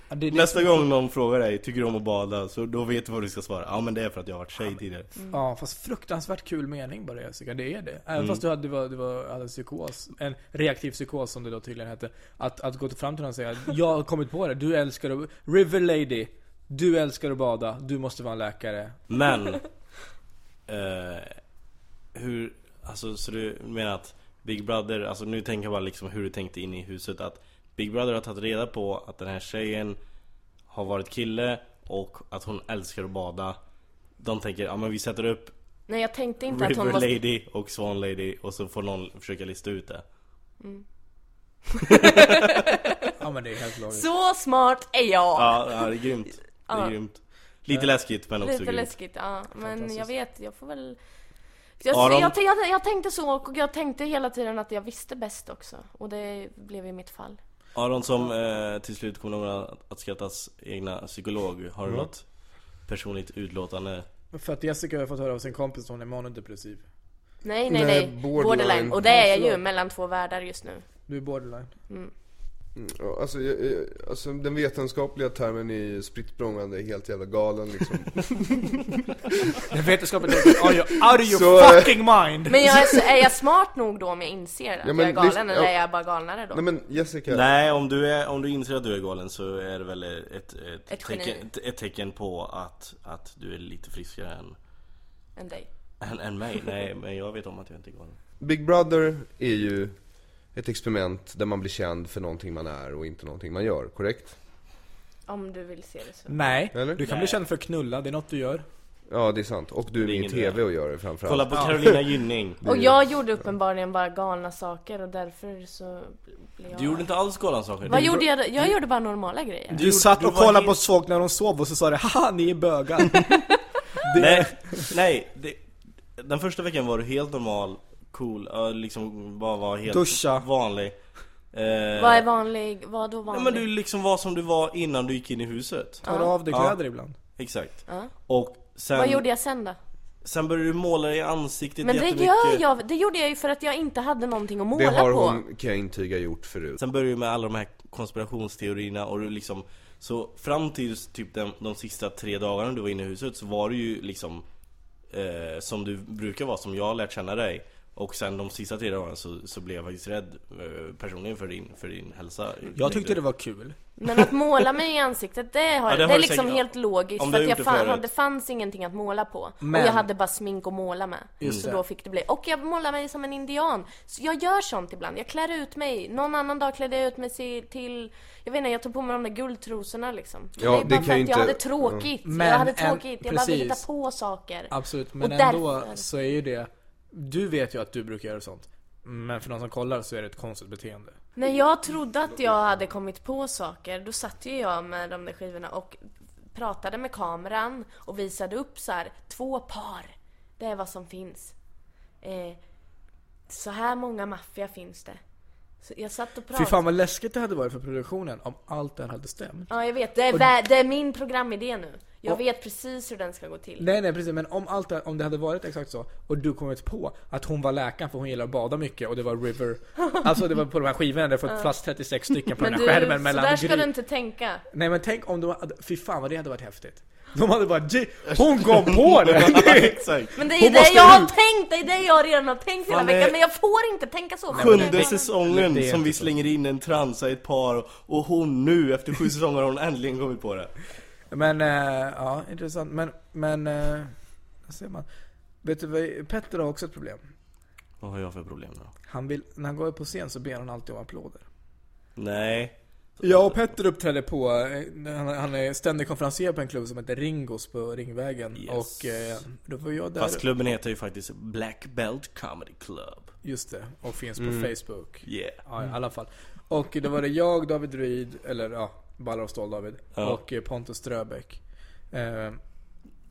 Speaker 2: ja, det, det-
Speaker 1: Nästa gång någon frågar dig, tycker du om att bada? Så då vet du vad du ska svara. Ja men det är för att jag har varit tjej tidigare.
Speaker 2: Ja, fast fruktansvärt kul mening bara Jessica, det är det. Även
Speaker 1: Mm.
Speaker 2: fast du hade, du var, du var, hade en psykos, en reaktiv psykos som det då tydligen hette. Att, att gå fram till någon och säga jag har kommit på det, du älskar att... River Lady, du älskar att bada, du måste vara en läkare.
Speaker 1: Men, eh, hur, alltså så du menar att Big Brother, alltså nu tänker jag bara liksom hur du tänkte in i huset att Big Brother har tagit reda på att den här tjejen har varit kille och att hon älskar att bada. De tänker, ja men vi sätter upp
Speaker 4: Nej jag tänkte inte att
Speaker 1: River
Speaker 4: hon måste...
Speaker 1: Lady och Swan Lady och så får någon försöka lista ut det.
Speaker 4: Mm.
Speaker 2: Ja men det är helt logiskt.
Speaker 4: Så smart är jag!
Speaker 1: Ja, ja det är grymt. Det är
Speaker 4: Ja.
Speaker 1: grymt. Lite läskigt men också
Speaker 4: Lite
Speaker 1: grymt.
Speaker 4: läskigt, ja. Men jag vet, jag får väl...
Speaker 1: Aron?
Speaker 4: Jag, jag, jag, jag tänkte så och jag tänkte hela tiden att jag visste bäst också. Och det blev ju mitt fall.
Speaker 1: Aron som eh, till slut kommer nog att- att skrattas egna psykolog, har du
Speaker 2: Mm.
Speaker 1: något personligt utlåtande?
Speaker 2: För att Jessica har fått höra av sin kompis att hon är monodepressiv.
Speaker 4: Nej, nej, nej.
Speaker 2: Nej,
Speaker 4: Borderline.
Speaker 2: borderline.
Speaker 4: Och det är jag
Speaker 2: Ja,
Speaker 4: ju,
Speaker 2: förlåt.
Speaker 4: mellan två världar just nu.
Speaker 2: Du är borderline.
Speaker 4: Mm.
Speaker 3: Ja, Alltså, jag- jag- alltså den vetenskapliga termen i spritt språngande är helt jävla galen liksom.
Speaker 2: Den vetenskapliga termen, are you out of your
Speaker 3: Så, eh,
Speaker 2: fucking mind?
Speaker 4: Men jag är, så, är jag smart nog då om jag inser att
Speaker 3: Ja, men
Speaker 4: jag är galen
Speaker 3: lyssna-
Speaker 4: eller
Speaker 3: ja.
Speaker 4: är jag bara galnare då?
Speaker 3: Jessica.
Speaker 1: Nej, om du, är, om du inser att du är galen så är det väl ett, ett,
Speaker 4: Ett geni.
Speaker 1: tecken, ett, ett tecken på att, att du är lite friskare än,
Speaker 4: Än dig.
Speaker 1: än, än mig. Nej, men jag vet om att jag inte är galen.
Speaker 3: Big Brother är ju ett experiment där man blir känd för någonting man är och inte någonting man gör, korrekt?
Speaker 4: Om du vill se det så.
Speaker 2: Nej,
Speaker 3: Eller?
Speaker 2: du kan
Speaker 3: Nej.
Speaker 2: bli känd för att knulla, det är något du gör.
Speaker 3: Ja, det är sant. Och du är med i
Speaker 1: ingen
Speaker 3: TV och gör det framförallt.
Speaker 1: Kolla på Carolina Gynning.
Speaker 4: Och jag gjorde uppenbarligen bara galna saker och därför så blev jag...
Speaker 1: Du gjorde inte alls galna saker.
Speaker 4: Vad
Speaker 1: Du-
Speaker 4: gjorde jag? då? Jag gjorde bara normala grejer.
Speaker 2: Du satt
Speaker 1: du
Speaker 2: och
Speaker 1: var
Speaker 2: kollade
Speaker 1: helt-
Speaker 2: på folk när de sov och så sa det 'haha, ni är bögar'
Speaker 1: Nej, nej det, den första veckan var du helt normal, cool, ja, liksom bara var helt
Speaker 2: Duscha.
Speaker 1: vanlig eh,
Speaker 4: Vad är vanlig? Vad då
Speaker 1: Nej
Speaker 4: vanlig?
Speaker 1: men du liksom var som du var innan du gick in i huset
Speaker 4: Tar Ja. av
Speaker 2: dig kläder ibland.
Speaker 1: Exakt
Speaker 4: Ja.
Speaker 1: Och sen,
Speaker 4: Vad gjorde jag sen då?
Speaker 1: sen började du måla dig i ansiktet
Speaker 4: Men det
Speaker 1: jättemycket
Speaker 4: gör jag, det gjorde jag ju för att jag inte hade någonting att måla
Speaker 3: Det har
Speaker 4: på.
Speaker 3: hon, kan jag intyga, gjort förut.
Speaker 1: Sen började du med alla de här konspirationsteorierna och du liksom Så fram till typ den, de sista tre dagarna du var inne i huset så var du ju liksom eh, Som du brukar vara, som jag har lärt känna dig Och sen de sista tre dagarna så, så blev jag faktiskt rädd eh, personligen för din, för din hälsa
Speaker 2: Jag tyckte det var kul.
Speaker 4: Men att måla mig i ansiktet, det, har,
Speaker 1: Ja, det
Speaker 4: det,
Speaker 1: har
Speaker 4: är
Speaker 1: du
Speaker 4: liksom
Speaker 1: säkert-
Speaker 4: helt logiskt.
Speaker 1: om
Speaker 4: För
Speaker 1: du har
Speaker 4: att jag
Speaker 1: gjort
Speaker 4: fan,
Speaker 1: det förut.
Speaker 4: det fanns ingenting att måla på.
Speaker 2: Men-
Speaker 4: Och jag hade bara smink att måla med.
Speaker 2: Just
Speaker 4: så
Speaker 2: det.
Speaker 4: då fick det bli. Och jag målar mig som en indian. Så jag gör sånt ibland. Jag klär ut mig. Någon annan dag klädde jag ut mig si- till, jag vet inte, jag tog på mig de där guldtrosorna liksom. Men
Speaker 3: Ja,
Speaker 4: det är
Speaker 3: det
Speaker 4: bara
Speaker 3: kan
Speaker 4: för
Speaker 3: ju
Speaker 4: att jag
Speaker 3: inte-
Speaker 4: hade tråkigt.
Speaker 2: Men
Speaker 4: jag hade
Speaker 2: en-
Speaker 4: tråkigt. jag bara ville hitta
Speaker 2: precis.
Speaker 4: på saker.
Speaker 2: Absolut,
Speaker 4: Och
Speaker 2: men ändå
Speaker 4: därför-
Speaker 2: så är ju det... Du vet ju att du brukar göra sånt. Men för någon som kollar så är det ett konstigt beteende.
Speaker 4: När jag trodde att jag hade kommit på saker, då satt ju jag med de där skivorna och pratade med kameran och visade upp så här, två par. Det är vad som finns. Eh, så här många maffia finns det. Så jag satt och
Speaker 2: Fy
Speaker 4: pratade.
Speaker 2: fan vad läskigt det hade varit för produktionen om allt det här hade stämt.
Speaker 4: Ja, jag vet. Det är,
Speaker 2: Och-
Speaker 4: vä- det är min programidé nu. Jag
Speaker 2: Och-
Speaker 4: vet precis hur den ska gå till.
Speaker 2: Nej nej precis, men om allt det, om det hade varit exakt så och du kommit på att hon var läkaren för hon gillar att bada mycket och det var river Alltså det var på de här skivorna, det var
Speaker 4: Ja.
Speaker 2: plats 36 stycken på
Speaker 4: Men
Speaker 2: den
Speaker 4: du,
Speaker 2: här skärmen
Speaker 4: så där
Speaker 2: mellan
Speaker 4: ska du
Speaker 2: gry.
Speaker 4: inte tänka.
Speaker 2: Nej men tänk om de hade, fy fan vad det hade varit häftigt. De hade bara "Ge- hon kom på det!
Speaker 4: Men det är ju
Speaker 2: Hon
Speaker 4: det
Speaker 2: måste
Speaker 4: jag har
Speaker 2: ut.
Speaker 4: tänkt, det är det jag redan har tänkt hela
Speaker 1: Man är-
Speaker 4: veckan. Men jag får inte tänka så. för det är
Speaker 1: Sjunde
Speaker 4: bara-
Speaker 2: Det
Speaker 1: säsongen
Speaker 2: är
Speaker 1: som vi
Speaker 2: inte så.
Speaker 1: slänger in en transa i ett par och- och hon nu efter sju säsonger har hon äntligen kommit på det
Speaker 2: Men eh, ja, intressant. Men, men, eh, vad ser man? Vet du vad, Petter har också ett problem.
Speaker 1: Vad har jag för problem då?
Speaker 2: Han vill, när han går upp på scen så ber han alltid om applåder.
Speaker 1: Nej
Speaker 2: Jag och Petter uppträdde på, eh, han, han är ständig konferencier på en klubb som heter Ringos på Ringvägen. Och eh, då var jag där.
Speaker 1: Fast klubben heter ju faktiskt Black Belt Comedy Club
Speaker 2: Just det, och finns på
Speaker 1: Mm.
Speaker 2: Facebook.
Speaker 1: Yeah.
Speaker 2: Ja, i alla fall. Och då var det jag, David Ruid, eller ja, Ballar och Stål David.
Speaker 1: Ja.
Speaker 2: Och eh, Pontus Ströbeck. Eh,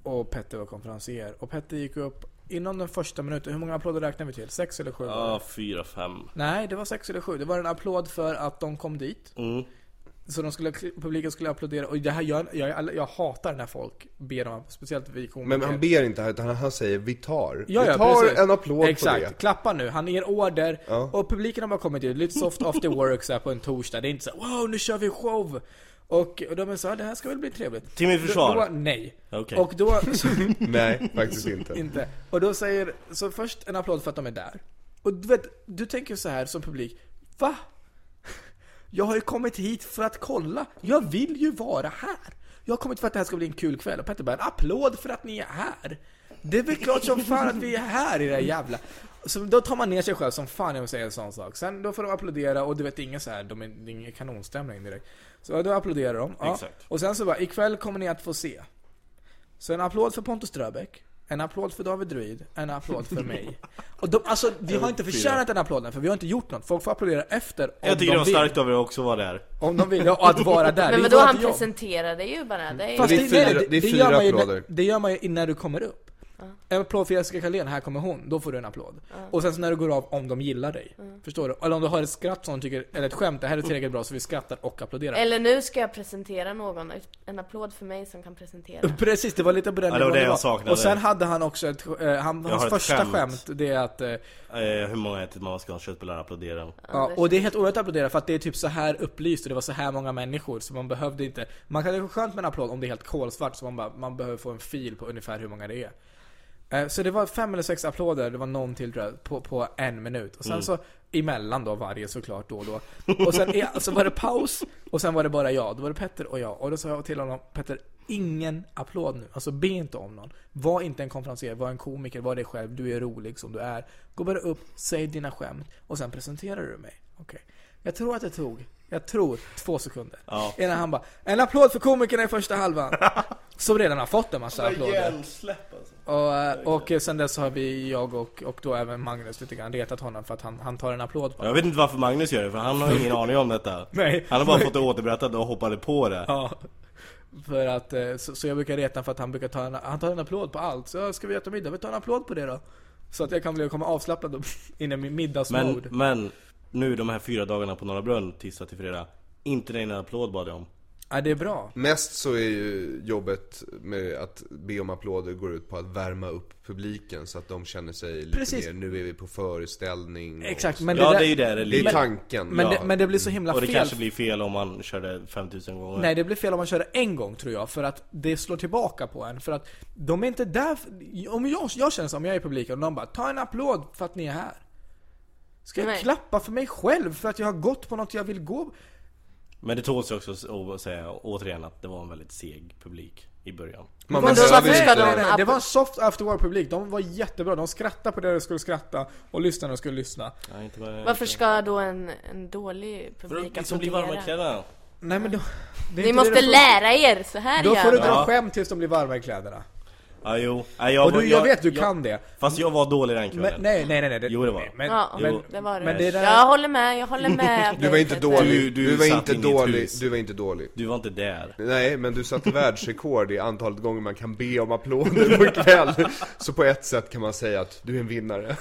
Speaker 2: och Petter var konferencier. Och Petter gick upp inom den första minuten, hur många applåder räknar vi till? Sex eller sju? var
Speaker 1: Ja,
Speaker 2: det?
Speaker 1: fyra, fem
Speaker 2: Nej, det var sex eller sju. Det var en applåd för att de kom dit.
Speaker 1: Mm.
Speaker 2: Så de skulle, publiken skulle applådera. Och det här, jag, jag, jag hatar när folk ber om, speciellt vi komiker.
Speaker 3: Men han ber inte här, utan han- han säger vi tar.
Speaker 2: Ja, ja,
Speaker 3: vi tar
Speaker 2: precis.
Speaker 3: en applåd
Speaker 2: Exakt.
Speaker 3: på det.
Speaker 2: Klappa nu, han ger order
Speaker 3: Ja.
Speaker 2: och publiken har bara kommit in. Lite soft after work så här på en torsdag. Det är inte så här, wow nu kör vi show. Och, och de sa det här ska väl bli trevligt.
Speaker 1: Till mitt försvar.
Speaker 2: Då, då, nej.
Speaker 1: Okej.
Speaker 2: Och då...
Speaker 3: Nej, faktiskt inte.
Speaker 2: inte. Och då säger, så först en applåd för att de är där. Och du vet, du tänker så här som publik, va? Jag har ju kommit hit för att kolla. Jag vill ju vara här. Jag har kommit för att det här ska bli en kul kväll. Och Petter bara, en applåd för att ni är här. Det är väl klart som fan att vi är här i det här jävla... Så då tar man ner sig själv som fan när man säger en sån sak. Sen då får de applådera och du vet det är ingen så här, de är, det är ingen kanonstämning direkt. Så då applåderar de. Ja.
Speaker 1: Exakt.
Speaker 2: Och sen så bara, ikväll kommer ni att få se. Så en applåd för Pontus Ströbeck. En applåd för David Druid, en applåd för mig. Och de, alltså vi har inte förtjänat den applåden för vi har inte gjort något. Folk får applådera efter om
Speaker 1: Jag tycker
Speaker 2: de
Speaker 1: det var
Speaker 2: vill.
Speaker 1: starkt av er också att vara där
Speaker 2: Om de vill, ja, och att vara där.
Speaker 4: Men
Speaker 2: Det är
Speaker 4: vadå,
Speaker 2: vårt
Speaker 4: han
Speaker 2: jobb.
Speaker 4: presenterade ju bara. Det är ju...
Speaker 2: Fast
Speaker 3: Det
Speaker 2: det, nej,
Speaker 3: är fyra-
Speaker 2: det,
Speaker 3: det är
Speaker 2: det, gör
Speaker 3: fyra
Speaker 2: man ju,
Speaker 3: applåder.
Speaker 2: när- det gör man ju innan du kommer upp. En applåd för Jessica Karlén, här kommer hon. Då får du en applåd. Och sen så när du går av, om de gillar dig. Förstår du? Eller om du har ett skratt som de tycker, eller ett skämt, det här är tillräckligt bra så vi skrattar och applåderar.
Speaker 4: Eller nu ska jag presentera någon. En applåd för mig som kan presentera.
Speaker 2: Precis, det var lite på den
Speaker 1: Ja, det var
Speaker 2: nivån
Speaker 1: det jag saknade.
Speaker 2: Och sen hade han också ett, eh, han,
Speaker 1: Jag
Speaker 2: hans
Speaker 1: har ett
Speaker 2: första skämt.
Speaker 1: skämt.
Speaker 2: det är att... Eh,
Speaker 1: Eh, hur många ätit man ska ha köttbullar och applådera.
Speaker 2: ja, och det är helt onödigt att applådera för att det är typ så här upplyst och det var så här många människor så man behövde inte... Man kan det är skönt med en applåd om det är helt kolsvart så man bara, man behöver få en fil på ungefär hur många det är. Eh, Så det var fem eller sex applåder, det var någon till tror jag, på, på en minut. Och sen
Speaker 1: Mm.
Speaker 2: så, emellan då varje såklart då och då. Och sen är- så var det paus, och sen var det bara jag. Då var det Petter och jag. Och då sa jag till honom, Petter, ingen applåd nu. Alltså be inte om någon. Var inte en konferenser, var en komiker, var dig själv. Du är rolig som du är. Gå bara upp, säg dina skämt och sen presenterar du mig. Okej. Jag tror att det tog, jag tror, två sekunder.
Speaker 1: Ja.
Speaker 2: Innan han bara, en applåd för komikerna i första halvan. Som redan har fått en massa applåder.
Speaker 1: Hjärnsläpp alltså.
Speaker 2: Och, eh, och eh, sen dess har vi, jag och, och då även Magnus lite grann retat honom för att han, han tar en applåd på
Speaker 1: Jag vet inte varför Magnus gör det, för han har ingen aning om detta.
Speaker 2: Nej.
Speaker 1: Han har bara fått det återberättat och hoppade på det.
Speaker 2: Ja. För att, eh, så, så jag brukar reta honom för att han brukar ta en, han tar en applåd på allt. Så "Ja, ska vi äta middag? Vi tar en applåd på det då. Så att jag kan bli, komma avslappnad och in i min
Speaker 1: Men,
Speaker 2: middagsmode.
Speaker 1: men nu de här fyra dagarna på Norra Brunn, tisdag till fredag. Inte den enda applåd bad jag om.
Speaker 2: Ja, det är bra.
Speaker 3: Mest så är ju jobbet med att be om applåder går ut på att värma upp publiken så att de känner sig lite
Speaker 2: Precis.
Speaker 3: mer, nu är vi på föreställning och
Speaker 2: Exakt,
Speaker 3: så.
Speaker 2: men
Speaker 1: Mm. ja det,
Speaker 2: det där-
Speaker 1: är ju det det
Speaker 3: Det är
Speaker 1: ligger.
Speaker 3: tanken.
Speaker 2: Men det- men det blir så himla
Speaker 1: Och det
Speaker 2: fel.
Speaker 1: kanske blir fel om man körde 5000 gånger.
Speaker 2: Nej, det blir fel om man kör det en gång tror jag. För att det slår tillbaka på en. För att de är inte där. för- Om jag, jag känner som jag är i publiken och de bara, ta en applåd för att ni är här. Ska jag
Speaker 4: Nej.
Speaker 2: klappa för mig själv för att jag har gått på något jag vill gå
Speaker 1: Men det tåls ju också att säga återigen att det var en väldigt seg publik i början.
Speaker 3: Man
Speaker 2: Men
Speaker 3: behöver
Speaker 2: varför ska
Speaker 3: inte-
Speaker 2: de- Det var en soft after work-publik. De var jättebra. De skrattade på det de skulle skratta och lyssnarna skulle lyssna.
Speaker 1: Nej, inte bara,
Speaker 4: Varför ska då en, en dålig
Speaker 1: För
Speaker 4: publik
Speaker 1: att liksom bli varma i kläderna.
Speaker 2: Nej men då, det är
Speaker 4: Ni
Speaker 2: inte
Speaker 4: måste
Speaker 2: det de får-
Speaker 4: lära er, så här
Speaker 2: Då
Speaker 4: gör
Speaker 2: får du
Speaker 4: man.
Speaker 2: dra skämt tills de blir varma i kläderna.
Speaker 1: Ja, jo. Nej, jag,
Speaker 2: Och
Speaker 1: var-
Speaker 2: du- jag vet du kan det.
Speaker 1: Fast jag var dålig den kvällen.
Speaker 2: Men, nej, nej, nej, nej. det-
Speaker 1: Jo det var
Speaker 2: Men,
Speaker 4: ja,
Speaker 2: men,
Speaker 4: det var det.
Speaker 2: men det där-
Speaker 4: Jag håller med, jag håller med.
Speaker 3: Du var inte
Speaker 1: Du-
Speaker 3: dålig,
Speaker 1: du
Speaker 3: du, var
Speaker 1: satt
Speaker 3: inte
Speaker 1: inne i ett
Speaker 3: dålig,
Speaker 1: hus.
Speaker 3: du var inte dålig.
Speaker 1: Du var inte där.
Speaker 3: Nej, men du satte världsrekord i antalet gånger man kan be om applåder på en kväll. Så på ett sätt kan man säga att du är en vinnare.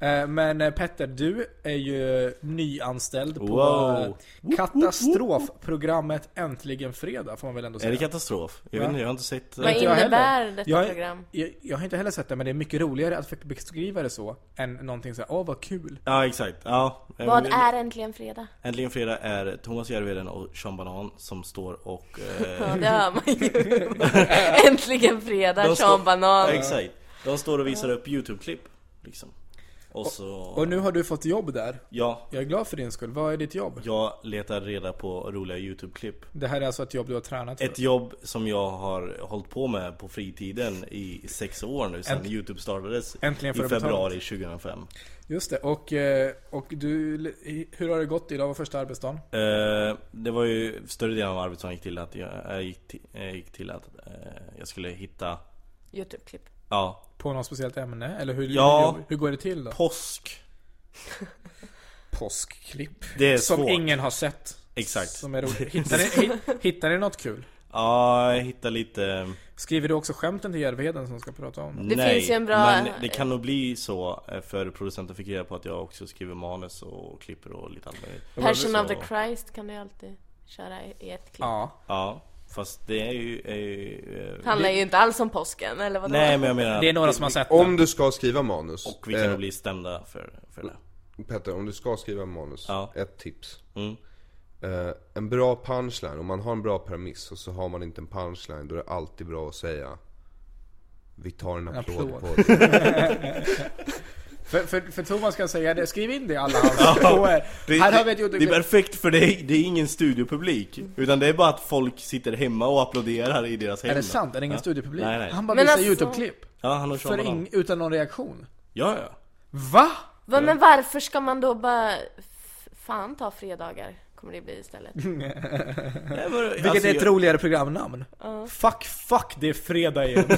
Speaker 2: eh, men eh, Petter, du är ju nyanställd på
Speaker 1: Wow.
Speaker 2: eh, katastrofprogrammet Äntligen Fredag får man väl ändå säga.
Speaker 1: Är det katastrof? Jag
Speaker 2: Va?
Speaker 1: vet inte, jag har inte sett
Speaker 4: Vad
Speaker 2: jag heller.
Speaker 4: innebär detta
Speaker 2: jag,
Speaker 4: program?
Speaker 2: Jag, jag har inte heller sett det, men det är mycket roligare att för- beskriva det så än någonting såhär, åh vad kul.
Speaker 1: Ja exakt, ja.
Speaker 4: Vad är äntligen fredag?
Speaker 1: Äntligen fredag är Thomas Järvheden och Sean Banan som står och...
Speaker 4: Ja,
Speaker 1: Eh,
Speaker 4: det hör man ju. äntligen fredag,
Speaker 1: de står-
Speaker 4: Sean Banan.
Speaker 1: Ja, Exakt. De står och visar upp YouTube-klipp. Liksom. Och så...
Speaker 2: Och nu har du fått jobb där.
Speaker 1: Ja,
Speaker 2: Jag är glad för din skull. Vad är ditt jobb?
Speaker 1: jag letar reda på roliga YouTube-klipp.
Speaker 2: Det här är alltså ett jobb du har tränat för?
Speaker 1: Ett jobb som jag har hållit på med på fritiden i sex år nu sedan
Speaker 2: Änt-
Speaker 1: YouTube startades
Speaker 2: Äntligen får
Speaker 1: i
Speaker 2: du betalt.
Speaker 1: februari 2005.
Speaker 2: Just det, och, eh, och du, hur har det gått? Idag var första arbetsdagen.
Speaker 1: Eh, det var ju större delen av arbetet som gick till att jag, jag, eh, gick, till, jag gick till att eh, jag skulle hitta,
Speaker 4: Youtube-klipp.
Speaker 1: ja,
Speaker 2: På något speciellt ämne? Eller hur,
Speaker 1: Ja.
Speaker 2: hur, hur går det till då?
Speaker 1: påsk.
Speaker 2: Påskklipp.
Speaker 1: Det är
Speaker 2: Som
Speaker 1: svårt.
Speaker 2: ingen har sett.
Speaker 1: Exakt.
Speaker 2: Som är roligt. Hittar ni, hi- hittar ni något kul?
Speaker 1: Ja, jag hittade lite...
Speaker 2: Skriver du också skämten till Järvheden som ska prata om?
Speaker 4: Det
Speaker 1: Nej,
Speaker 4: finns ju en bra-
Speaker 1: men det kan nog bli så eh, för producenten fick reda på att jag också skriver manus och klipper och lite allt möjligt.
Speaker 4: Passion
Speaker 1: Så-
Speaker 4: of the Christ kan du ju alltid köra i i ett klipp.
Speaker 2: Ja.
Speaker 1: Ja, fast det är ju... Är ju eh,
Speaker 4: Handlar
Speaker 1: det-
Speaker 4: ju inte alls om påsken, eller vadå?
Speaker 1: Nej men jag menar...
Speaker 2: Det är några som har sett
Speaker 3: Om du ska skriva manus, eh,
Speaker 1: Och vi kan
Speaker 2: Eh.
Speaker 1: nog bli stämda för, för det.
Speaker 3: Petter, om du ska skriva manus,
Speaker 1: Ja.
Speaker 3: ett tips.
Speaker 1: Mm.
Speaker 3: Eh, en bra punchline, om man har en bra premiss och så har man inte en punchline, då är det alltid bra att säga Vi tar en applåd,
Speaker 2: Applåd.
Speaker 3: på det.
Speaker 2: För, för, för Thomas kan säga det, skriv in det i alla hans ja.
Speaker 1: Det,
Speaker 2: Här har vi ett
Speaker 1: det, det är
Speaker 2: YouTube-klipp.
Speaker 1: perfekt för det är, det är ingen studiopublik. Utan det är bara att folk sitter hemma och applåderar i deras hem.
Speaker 2: Är det sant? Är det ingen
Speaker 1: ja.
Speaker 2: studiepublik?
Speaker 1: Nej, nej.
Speaker 2: Han bara
Speaker 4: Men
Speaker 2: visar
Speaker 4: alltså-
Speaker 2: YouTube-klipp.
Speaker 1: Ja, han och Sean
Speaker 2: För
Speaker 1: Banan.
Speaker 2: ing- utan någon reaktion.
Speaker 1: Ja, ja.
Speaker 2: Va?
Speaker 4: Va, men varför ska man då bara... f- Fan ta fredagar, kommer det bli istället.
Speaker 3: Mm.
Speaker 1: Nej, men,
Speaker 2: Vilket är ett roligare programnamn. Fuck, fuck, det är fredag igen.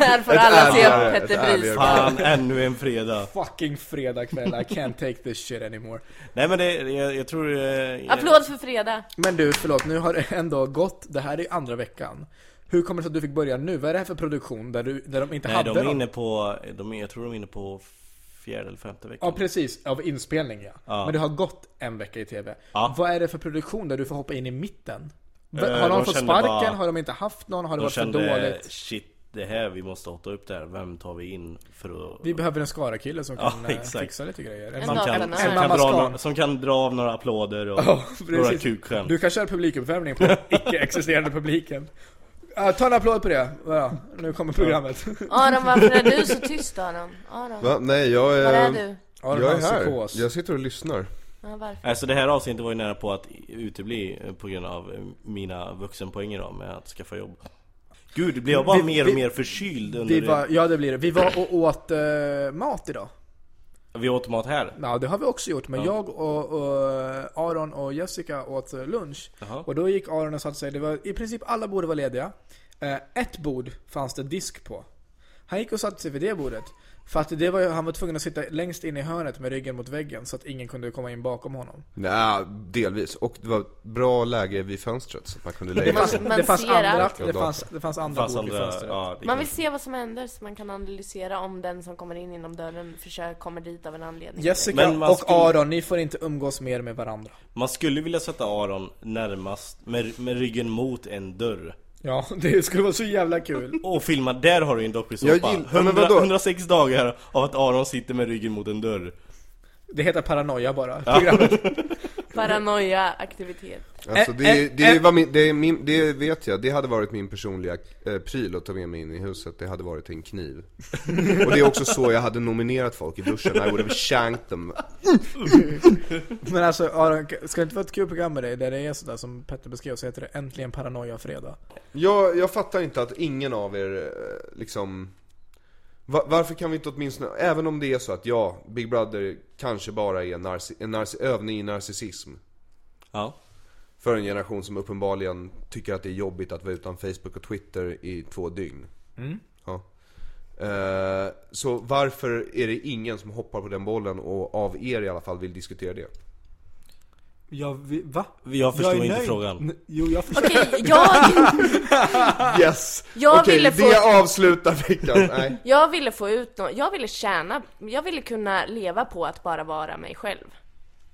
Speaker 4: Här får alla se
Speaker 3: ärligare- ett
Speaker 4: Petter
Speaker 3: ärligare-
Speaker 4: Bris.
Speaker 1: Fan, ännu en fredag.
Speaker 2: Fucking fredag kväll, I can't take this shit anymore.
Speaker 1: Nej men det, jag, jag tror... eh,
Speaker 4: Applåd för fredag!
Speaker 2: Men du, förlåt, nu har det ändå gått, det här är andra veckan. Hur kommer det sig att du fick börja nu? Vad är det här för produktion där, du, där de inte
Speaker 1: Nej,
Speaker 2: hade
Speaker 1: de är
Speaker 2: någon?
Speaker 1: inne på, de, är- jag tror de är inne på fjärde eller femte veckan.
Speaker 2: Ja precis, av inspelning ja.
Speaker 1: Ja.
Speaker 2: Men det har gått en vecka i TV.
Speaker 1: Ja.
Speaker 2: Vad är det för produktion där du får hoppa in i mitten? Va-
Speaker 1: Eh,
Speaker 2: Har de,
Speaker 1: de
Speaker 2: fått
Speaker 1: kände
Speaker 2: sparken?
Speaker 1: bara-
Speaker 2: Har de inte haft någon? Har det
Speaker 1: de
Speaker 2: varit
Speaker 1: kände,
Speaker 2: för dåligt?
Speaker 1: shit, det här, vi måste hotta upp det här. Vem tar vi in för att...
Speaker 2: Vi behöver en Skara-kille som kan eh,
Speaker 1: exakt.
Speaker 2: fixa lite grejer.
Speaker 1: Som
Speaker 2: mamma-
Speaker 1: kan, som, kan
Speaker 2: mamma
Speaker 1: dra,
Speaker 2: Scan.
Speaker 1: några- som kan dra av några applåder och
Speaker 2: Ja,
Speaker 1: några
Speaker 2: precis.
Speaker 1: kukskämt.
Speaker 2: Du kan köra publikuppvärmning på den icke-existerande publiken. Ja, ta en applåd på det. Ja, nu kommer programmet.
Speaker 4: Aron, varför är du så tyst Aron? Aron.
Speaker 3: Va? Eh. Nej, jag är...
Speaker 4: Var är du?
Speaker 3: Jag är här. Jag sitter och lyssnar.
Speaker 4: Ja, varför?
Speaker 1: Alltså det här avsnittet var ju nära på att utebli eh, på grund av eh, mina vuxenpoäng idag med att skaffa jobb. Gud, blir jag bara
Speaker 2: Vi-
Speaker 1: mer
Speaker 2: vi-
Speaker 1: och mer förkyld under
Speaker 2: Vi var, ja det blir det. Vi var och åt eh, mat idag.
Speaker 1: det? Vi åt mat här.
Speaker 2: Ja det har vi också gjort. Men
Speaker 1: Ja.
Speaker 2: jag och, och Aron och Jessica åt eh, lunch.
Speaker 1: Jaha.
Speaker 2: Och då gick Aron och satte sig. Det var, I princip alla bord var lediga. Eh, ett bord fanns det disk på. Han gick och satte sig vid det bordet. För att det var, ju- han var tvungen att sitta längst in i hörnet med ryggen mot väggen så att ingen kunde komma in bakom honom.
Speaker 3: Nej, delvis. Och det var ett bra läge vid fönstret så att man kunde
Speaker 2: Det
Speaker 3: lägga
Speaker 2: fanns,
Speaker 3: sig.
Speaker 2: det fanns andra,
Speaker 4: allt.
Speaker 2: det fanns, det fanns andra
Speaker 3: Fanns
Speaker 2: bord vid
Speaker 3: andra,
Speaker 2: fönstret.
Speaker 3: ja,
Speaker 4: Man vill se vad som händer så man kan analysera om den som kommer in genom dörren försöker kommer dit av en anledning.
Speaker 2: Jessica
Speaker 1: man
Speaker 2: och
Speaker 1: skulle-
Speaker 2: Aron, ni får inte umgås mer med varandra.
Speaker 1: Man skulle vilja sätta Aron närmast med, med ryggen mot en dörr.
Speaker 2: Ja, det skulle vara så jävla kul.
Speaker 1: Och filma, där har du en
Speaker 2: Jag
Speaker 1: dokusåpa.
Speaker 2: gill- men
Speaker 1: 100
Speaker 2: vadå?
Speaker 1: 106 dagar av att Aron sitter med ryggen mot en dörr.
Speaker 2: Det heter paranoia bara.
Speaker 1: Ja.
Speaker 2: Programmet.
Speaker 4: Paranoia aktivitet.
Speaker 3: Alltså det,
Speaker 2: Ä-
Speaker 3: det,
Speaker 2: ä-
Speaker 3: var min, det, är min, det vet jag, det hade varit min personliga eh, pryl att ta med mig in i huset, det hade varit en kniv. Och det är också så jag hade nominerat folk i duschen, I would have shanked them.
Speaker 2: Men alltså Aron, ska det inte vara ett kul program med dig där det är sådär som Petter beskrev så heter det Äntligen Paranoia Fredag.
Speaker 3: Jag, jag fattar inte att ingen av er eh, liksom va- varför kan vi inte åtminstone, även om det är så att ja, Big Brother kanske bara är en, narci, en narci, övning i narcissism.
Speaker 1: Ja.
Speaker 3: För en generation som uppenbarligen tycker att det är jobbigt att vara utan Facebook och Twitter i två dygn.
Speaker 2: Mm.
Speaker 3: Ja. Eh, Så varför är det ingen som hoppar på den bollen och av er i alla fall vill diskutera det?
Speaker 6: Jag, vi, va?
Speaker 1: Jag förstår
Speaker 6: är
Speaker 1: inte
Speaker 6: nöjd.
Speaker 1: frågan.
Speaker 6: N- Jo, jag förstår.
Speaker 4: Okej, jag-
Speaker 3: Yes!
Speaker 4: Ah. Jag
Speaker 3: Okej,
Speaker 4: ville få-
Speaker 3: det avslutar veckan. Nej.
Speaker 4: Jag ville få ut något, jag ville tjäna, jag ville kunna leva på att bara vara mig själv.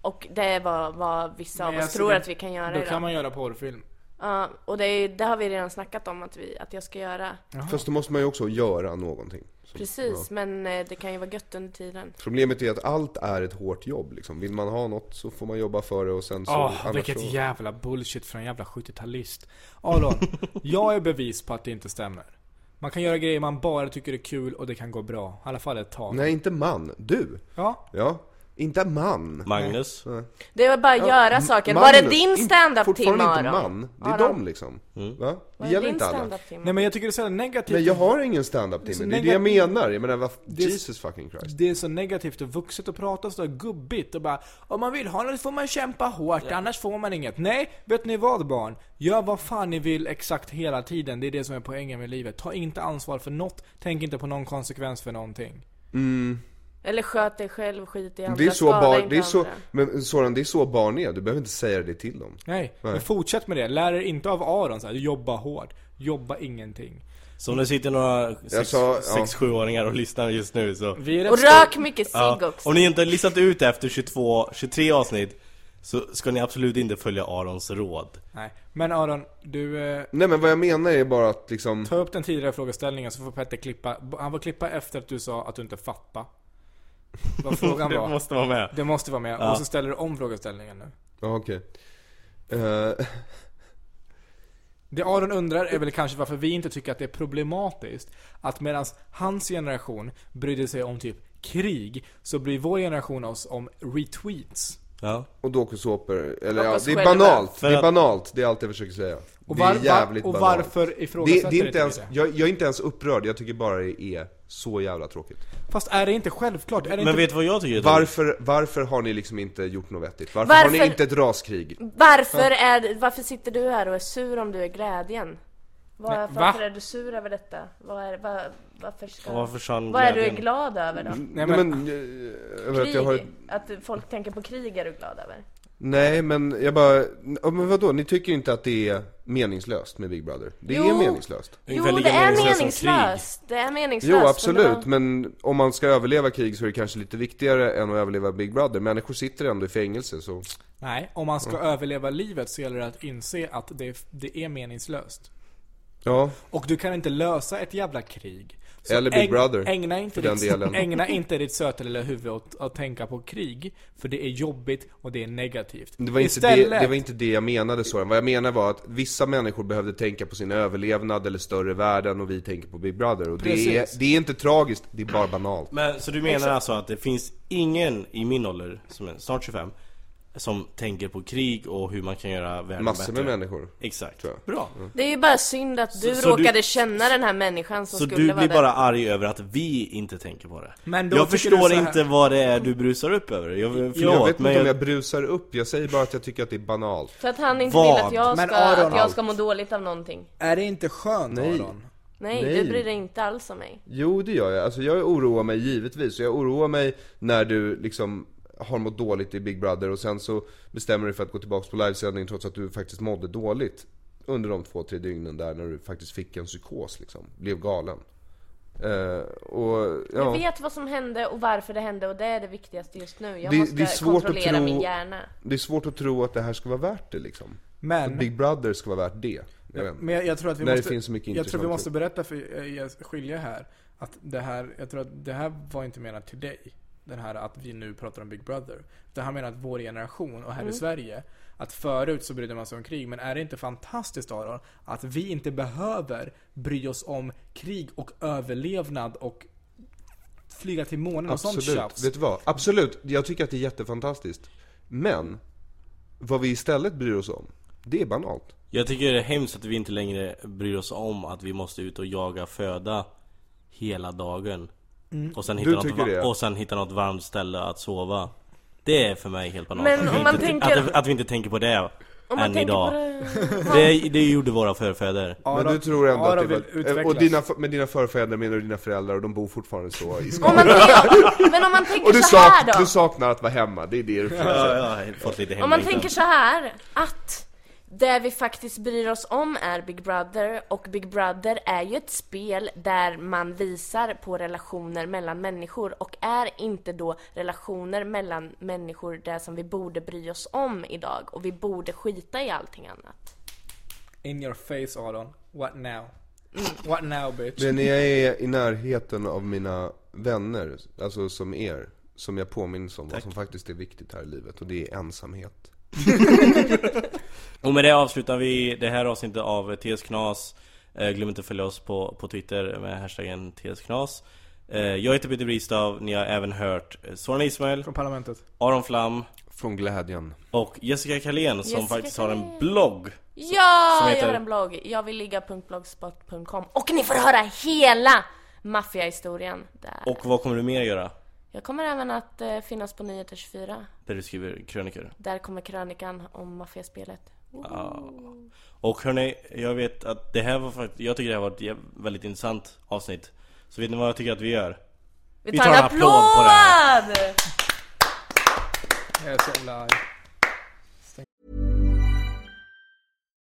Speaker 4: Och det är vad, vad vissa av
Speaker 2: Men
Speaker 4: oss
Speaker 2: alltså,
Speaker 4: tror
Speaker 2: det-
Speaker 4: att vi kan göra
Speaker 2: Då
Speaker 4: idag.
Speaker 2: kan man göra porrfilm.
Speaker 4: Ja, och det, är, det har vi redan snackat om att, vi, att jag ska göra.
Speaker 3: Fast då måste man ju också göra någonting. Så,
Speaker 4: Precis,
Speaker 3: ja.
Speaker 4: men eh, det kan ju vara gött under tiden.
Speaker 3: Problemet är att allt är ett hårt jobb liksom. Vill man ha något så får man jobba för det och sen så...
Speaker 6: Åh,
Speaker 3: annars
Speaker 6: vilket
Speaker 3: så...
Speaker 6: jävla bullshit från en jävla 70-talist. Aron, jag är bevis på att det inte stämmer. Man kan göra grejer man bara tycker är kul och det kan gå bra. I alla fall ett tag.
Speaker 3: Nej, inte man. Du!
Speaker 6: Ja.
Speaker 3: Ja. Inte man.
Speaker 1: Magnus.
Speaker 3: Nej.
Speaker 4: Det var bara att
Speaker 3: Ja,
Speaker 4: göra
Speaker 3: m-
Speaker 4: saker.
Speaker 3: Magnus.
Speaker 4: Var det din
Speaker 3: Inte-
Speaker 4: stand-up timme
Speaker 3: Fortfarande
Speaker 4: Aron?
Speaker 3: inte man. Det är
Speaker 4: Aron?
Speaker 3: de liksom.
Speaker 6: Mm.
Speaker 3: Va?
Speaker 4: Vad
Speaker 3: Det
Speaker 4: är
Speaker 3: gäller
Speaker 4: din
Speaker 3: inte alla.
Speaker 4: stand-up-timme?
Speaker 6: Nej men jag tycker det är så negativt.
Speaker 3: Men jag har ingen standup-timme. Det är det jag menar. Jag menar, vad... Jesus fucking Christ.
Speaker 6: Det är så negativt och vuxet att prata sådär gubbigt och bara Om man vill ha något får man kämpa hårt, annars får man inget. Nej, vet ni vad barn? Gör vad fan ni vill exakt hela tiden. Det är det som är poängen med livet. Ta inte ansvar för något, tänk inte på någon konsekvens för någonting.
Speaker 3: Mm.
Speaker 4: Eller sköt dig själv, skit i andra,
Speaker 3: Det är så
Speaker 4: skada
Speaker 3: barn,
Speaker 4: inte
Speaker 3: det är så,
Speaker 4: andra.
Speaker 3: men Soran det är så barn är, du behöver inte säga det till dem.
Speaker 6: Nej,
Speaker 3: Nej.
Speaker 6: men fortsätt med det. Lär er inte av Aron såhär, jobba hårt. Jobba ingenting.
Speaker 1: Så om det sitter några
Speaker 6: Jag
Speaker 1: sex-
Speaker 6: sa- ja.
Speaker 1: 6-7-åringar och lyssnar just nu så...
Speaker 6: Vi är
Speaker 4: rätt Och stor- rök mycket cigg också.
Speaker 1: Om ni inte har listat ut efter 22, 23 avsnitt så ska ni absolut inte följa Arons råd.
Speaker 6: Nej. Men Aron, du... Eh,
Speaker 3: Nej men vad jag menar är bara att liksom,
Speaker 6: Ta upp den tidigare frågeställningen så får Petter klippa. Han får klippa efter att du sa att du inte fattar. Vad frågan
Speaker 1: Det
Speaker 6: var.
Speaker 1: måste vara med.
Speaker 6: Det måste vara med.
Speaker 1: Ja.
Speaker 6: Och så ställer du om frågeställningen nu.
Speaker 3: ja okej. Eh,
Speaker 6: Det Aron undrar är väl kanske varför vi inte tycker att det är problematiskt att medan hans generation brydde sig om typ krig så bryr vår generation oss om retweets.
Speaker 1: Ja.
Speaker 3: och dokusåpor, eller
Speaker 6: Och
Speaker 3: ja,
Speaker 6: oss
Speaker 3: det är
Speaker 6: själva.
Speaker 3: banalt, det
Speaker 6: För att-
Speaker 3: är banalt, det är allt jag försöker säga.
Speaker 6: Och
Speaker 3: det
Speaker 6: var-
Speaker 3: är
Speaker 6: var-
Speaker 3: jävligt
Speaker 6: och
Speaker 3: banalt.
Speaker 6: varför
Speaker 3: det,
Speaker 6: ifrågasätter
Speaker 3: det är
Speaker 6: inte
Speaker 3: inte ens,
Speaker 6: ni
Speaker 3: jag, jag är inte ens upprörd, jag tycker bara det är så jävla tråkigt.
Speaker 6: Fast är det inte självklart? Är det inte...
Speaker 3: Varför, varför har ni liksom inte gjort något vettigt? Varför, har ni
Speaker 4: Varför-
Speaker 3: inte ett raskrig?
Speaker 4: Varför, är, varför sitter du här och är sur om du är glädjen? Var,
Speaker 6: Nej,
Speaker 4: varför
Speaker 6: va?
Speaker 4: är du sur över detta? Vad är, vad, varför ska,
Speaker 6: Och varför sa han
Speaker 4: vad är du
Speaker 6: glädjen?
Speaker 4: glad över då?
Speaker 3: Nej men, eh, över Mm. att
Speaker 4: Krig,
Speaker 3: jag har
Speaker 4: att folk tänker på krig är du glad över?
Speaker 3: Nej men jag bara, ja, men vadå, ni tycker inte att det är meningslöst med Big Brother? Det är meningslöst.
Speaker 4: Jo, det är meningslöst. Det är meningslöst.
Speaker 3: Jo
Speaker 4: men
Speaker 3: absolut,
Speaker 4: då-
Speaker 3: men om man ska överleva krig så är det kanske lite viktigare än att överleva Big Brother. Människor sitter ändå i fängelse så.
Speaker 2: Nej, om man ska
Speaker 3: Ja.
Speaker 2: överleva livet så gäller det att inse att det, det är meningslöst.
Speaker 3: Ja.
Speaker 2: Och du kan inte lösa ett jävla krig.
Speaker 3: Eller Big
Speaker 2: äg-
Speaker 3: Brother,
Speaker 2: Ägna inte,
Speaker 3: för den
Speaker 2: ditt,
Speaker 3: delen.
Speaker 2: ägna inte ditt söta lilla huvud åt att tänka på krig. För det är jobbigt och det är negativt.
Speaker 3: Det var, inte det, det var inte det jag menade Soran. Vad jag menade var att vissa människor behövde tänka på sin överlevnad eller större världen och vi tänker på Big Brother. Och det är,
Speaker 1: Precis.
Speaker 3: det är inte tragiskt, det är bara banalt.
Speaker 1: Men så du menar
Speaker 3: Exakt.
Speaker 1: alltså att det finns ingen i min ålder, som är snart 25 Som tänker på krig och hur man kan göra världen
Speaker 3: Massor
Speaker 1: bättre
Speaker 3: med människor.
Speaker 1: Exakt
Speaker 2: Bra
Speaker 3: Mm.
Speaker 4: Det är ju bara synd att
Speaker 1: Så-
Speaker 4: du
Speaker 1: så du-
Speaker 4: råkade känna den här människan som
Speaker 1: Så
Speaker 4: skulle
Speaker 1: du
Speaker 4: vara
Speaker 1: blir
Speaker 4: där.
Speaker 1: bara arg över att vi inte tänker på det?
Speaker 2: Men då
Speaker 1: jag
Speaker 2: tycker
Speaker 1: förstår
Speaker 2: du så här-
Speaker 1: inte vad det är du brusar upp över Jag, förlåt,
Speaker 3: jag vet
Speaker 1: men
Speaker 3: inte om jag brusar upp, jag säger bara att jag tycker att det är banalt.
Speaker 4: För att han inte
Speaker 3: Vad?
Speaker 4: vill att jag,
Speaker 3: Men
Speaker 4: ska,
Speaker 3: Aron-
Speaker 4: att jag ska må dåligt av någonting.
Speaker 7: Är det inte skönt
Speaker 3: Nej.
Speaker 7: Aron?
Speaker 4: Nej,
Speaker 3: Nej.
Speaker 4: du bryr dig inte alls om mig.
Speaker 3: Jo det gör jag, alltså jag oroar mig givetvis. Jag oroar mig när du liksom har mått dåligt i Big Brother och sen så bestämmer du dig för att gå tillbaka på livesändning trots att du faktiskt mådde dåligt. Under de två, tre dygnen där när du faktiskt fick en psykos liksom. Blev galen. Eh, och, ja.
Speaker 4: Jag vet vad som hände och varför det hände och det är det viktigaste just nu. Jag
Speaker 3: Det-
Speaker 4: måste
Speaker 3: det är svårt att
Speaker 4: kontrollera
Speaker 3: tro-
Speaker 4: min hjärna.
Speaker 3: Det är svårt att tro att det här ska vara värt det liksom.
Speaker 2: Men-
Speaker 3: Att Big Brother ska vara värt det. Jag vet inte.
Speaker 2: Men jag, jag tror att vi
Speaker 3: När
Speaker 2: måste,
Speaker 3: det finns så mycket
Speaker 2: Jag tror vi
Speaker 3: intressant
Speaker 2: måste berätta för, eh, jag skilja här. Att det här, jag tror att det här var inte menat till dig. Den här att vi nu pratar om Big Brother. Det här menar att vår generation och här
Speaker 7: Mm.
Speaker 2: i Sverige. Att förut så brydde man sig om krig. Men är det inte fantastiskt Aron? Att vi inte behöver bry oss om krig och överlevnad och flyga till månen och sånt tjafs.
Speaker 3: Absolut, vet du vad? Absolut, jag tycker att det är jättefantastiskt. Men, vad vi istället bryr oss om, det är banalt.
Speaker 1: Jag tycker det är hemskt att vi inte längre bryr oss om att vi måste ut och jaga föda Hela dagen
Speaker 4: Mm.
Speaker 1: och, sen
Speaker 3: Du
Speaker 1: hitta något
Speaker 3: tycker
Speaker 1: va-
Speaker 3: det?
Speaker 1: och sen hitta något varmt ställe att sova Det är för mig helt banalt
Speaker 4: Men
Speaker 1: att, vi
Speaker 4: om
Speaker 1: inte
Speaker 4: man
Speaker 1: t-
Speaker 4: tänker-
Speaker 1: att, att vi inte tänker på det
Speaker 4: Om man
Speaker 1: än
Speaker 4: tänker
Speaker 1: idag
Speaker 4: på
Speaker 1: det... det gjorde våra förfäder
Speaker 3: men du tror ändå att det
Speaker 2: vill
Speaker 3: var... Eh,
Speaker 2: utvecklas.
Speaker 3: Och dina, med dina förfäder menar du dina föräldrar och de bor fortfarande så i
Speaker 4: Om man
Speaker 3: Skåne.
Speaker 4: tänker, men om man
Speaker 3: Och
Speaker 4: tänker
Speaker 3: du,
Speaker 4: så här
Speaker 3: sak,
Speaker 4: då.
Speaker 3: du saknar att vara hemma, det är det du försöker
Speaker 1: Ja,
Speaker 3: säga.
Speaker 1: jag har fått lite
Speaker 4: Om man tänker så här att det vi faktiskt bryr oss om är Big Brother och Big Brother är ju ett spel där man visar på relationer mellan människor och är inte då relationer mellan människor det som vi borde bry oss om idag och vi borde skita i allting annat.
Speaker 2: In your face Aron. What now? What now bitch?
Speaker 3: Men när jag är i närheten av mina vänner, alltså som er, som jag påminns om vad
Speaker 1: Tack.
Speaker 3: som faktiskt är viktigt här i livet och det är ensamhet.
Speaker 1: Och med det avslutar vi det här avsnittet av TS Knas eh, Glöm inte att följa oss på, på Twitter med hashtaggen TS Knas eh, Jag heter Peter Bristav, ni har även hört eh, Soran Ismail
Speaker 2: Från Parlamentet
Speaker 1: Aron Flam
Speaker 3: Från Glädjen
Speaker 1: Och Jessica Karlén som
Speaker 4: Jessica
Speaker 1: faktiskt har
Speaker 4: Karlén.
Speaker 1: en blogg
Speaker 4: Ja,
Speaker 1: Som
Speaker 4: jag
Speaker 1: heter-
Speaker 4: har en blogg. Jag vill ligga.blogspot.com och ni får höra hela maffiahistorien där.
Speaker 1: Och vad kommer du mer göra?
Speaker 4: Jag kommer även att eh, finnas på 9-24.
Speaker 1: Där du skriver krönikor
Speaker 4: Där kommer krönikan om maffiaspelet.
Speaker 1: Ja. Och hörni, jag vet att det här var faktiskt, jag tycker det här var ett jäv- väldigt intressant avsnitt Så vet ni vad jag tycker att vi gör?
Speaker 4: Vi tar en applåd!
Speaker 2: Jag är så live.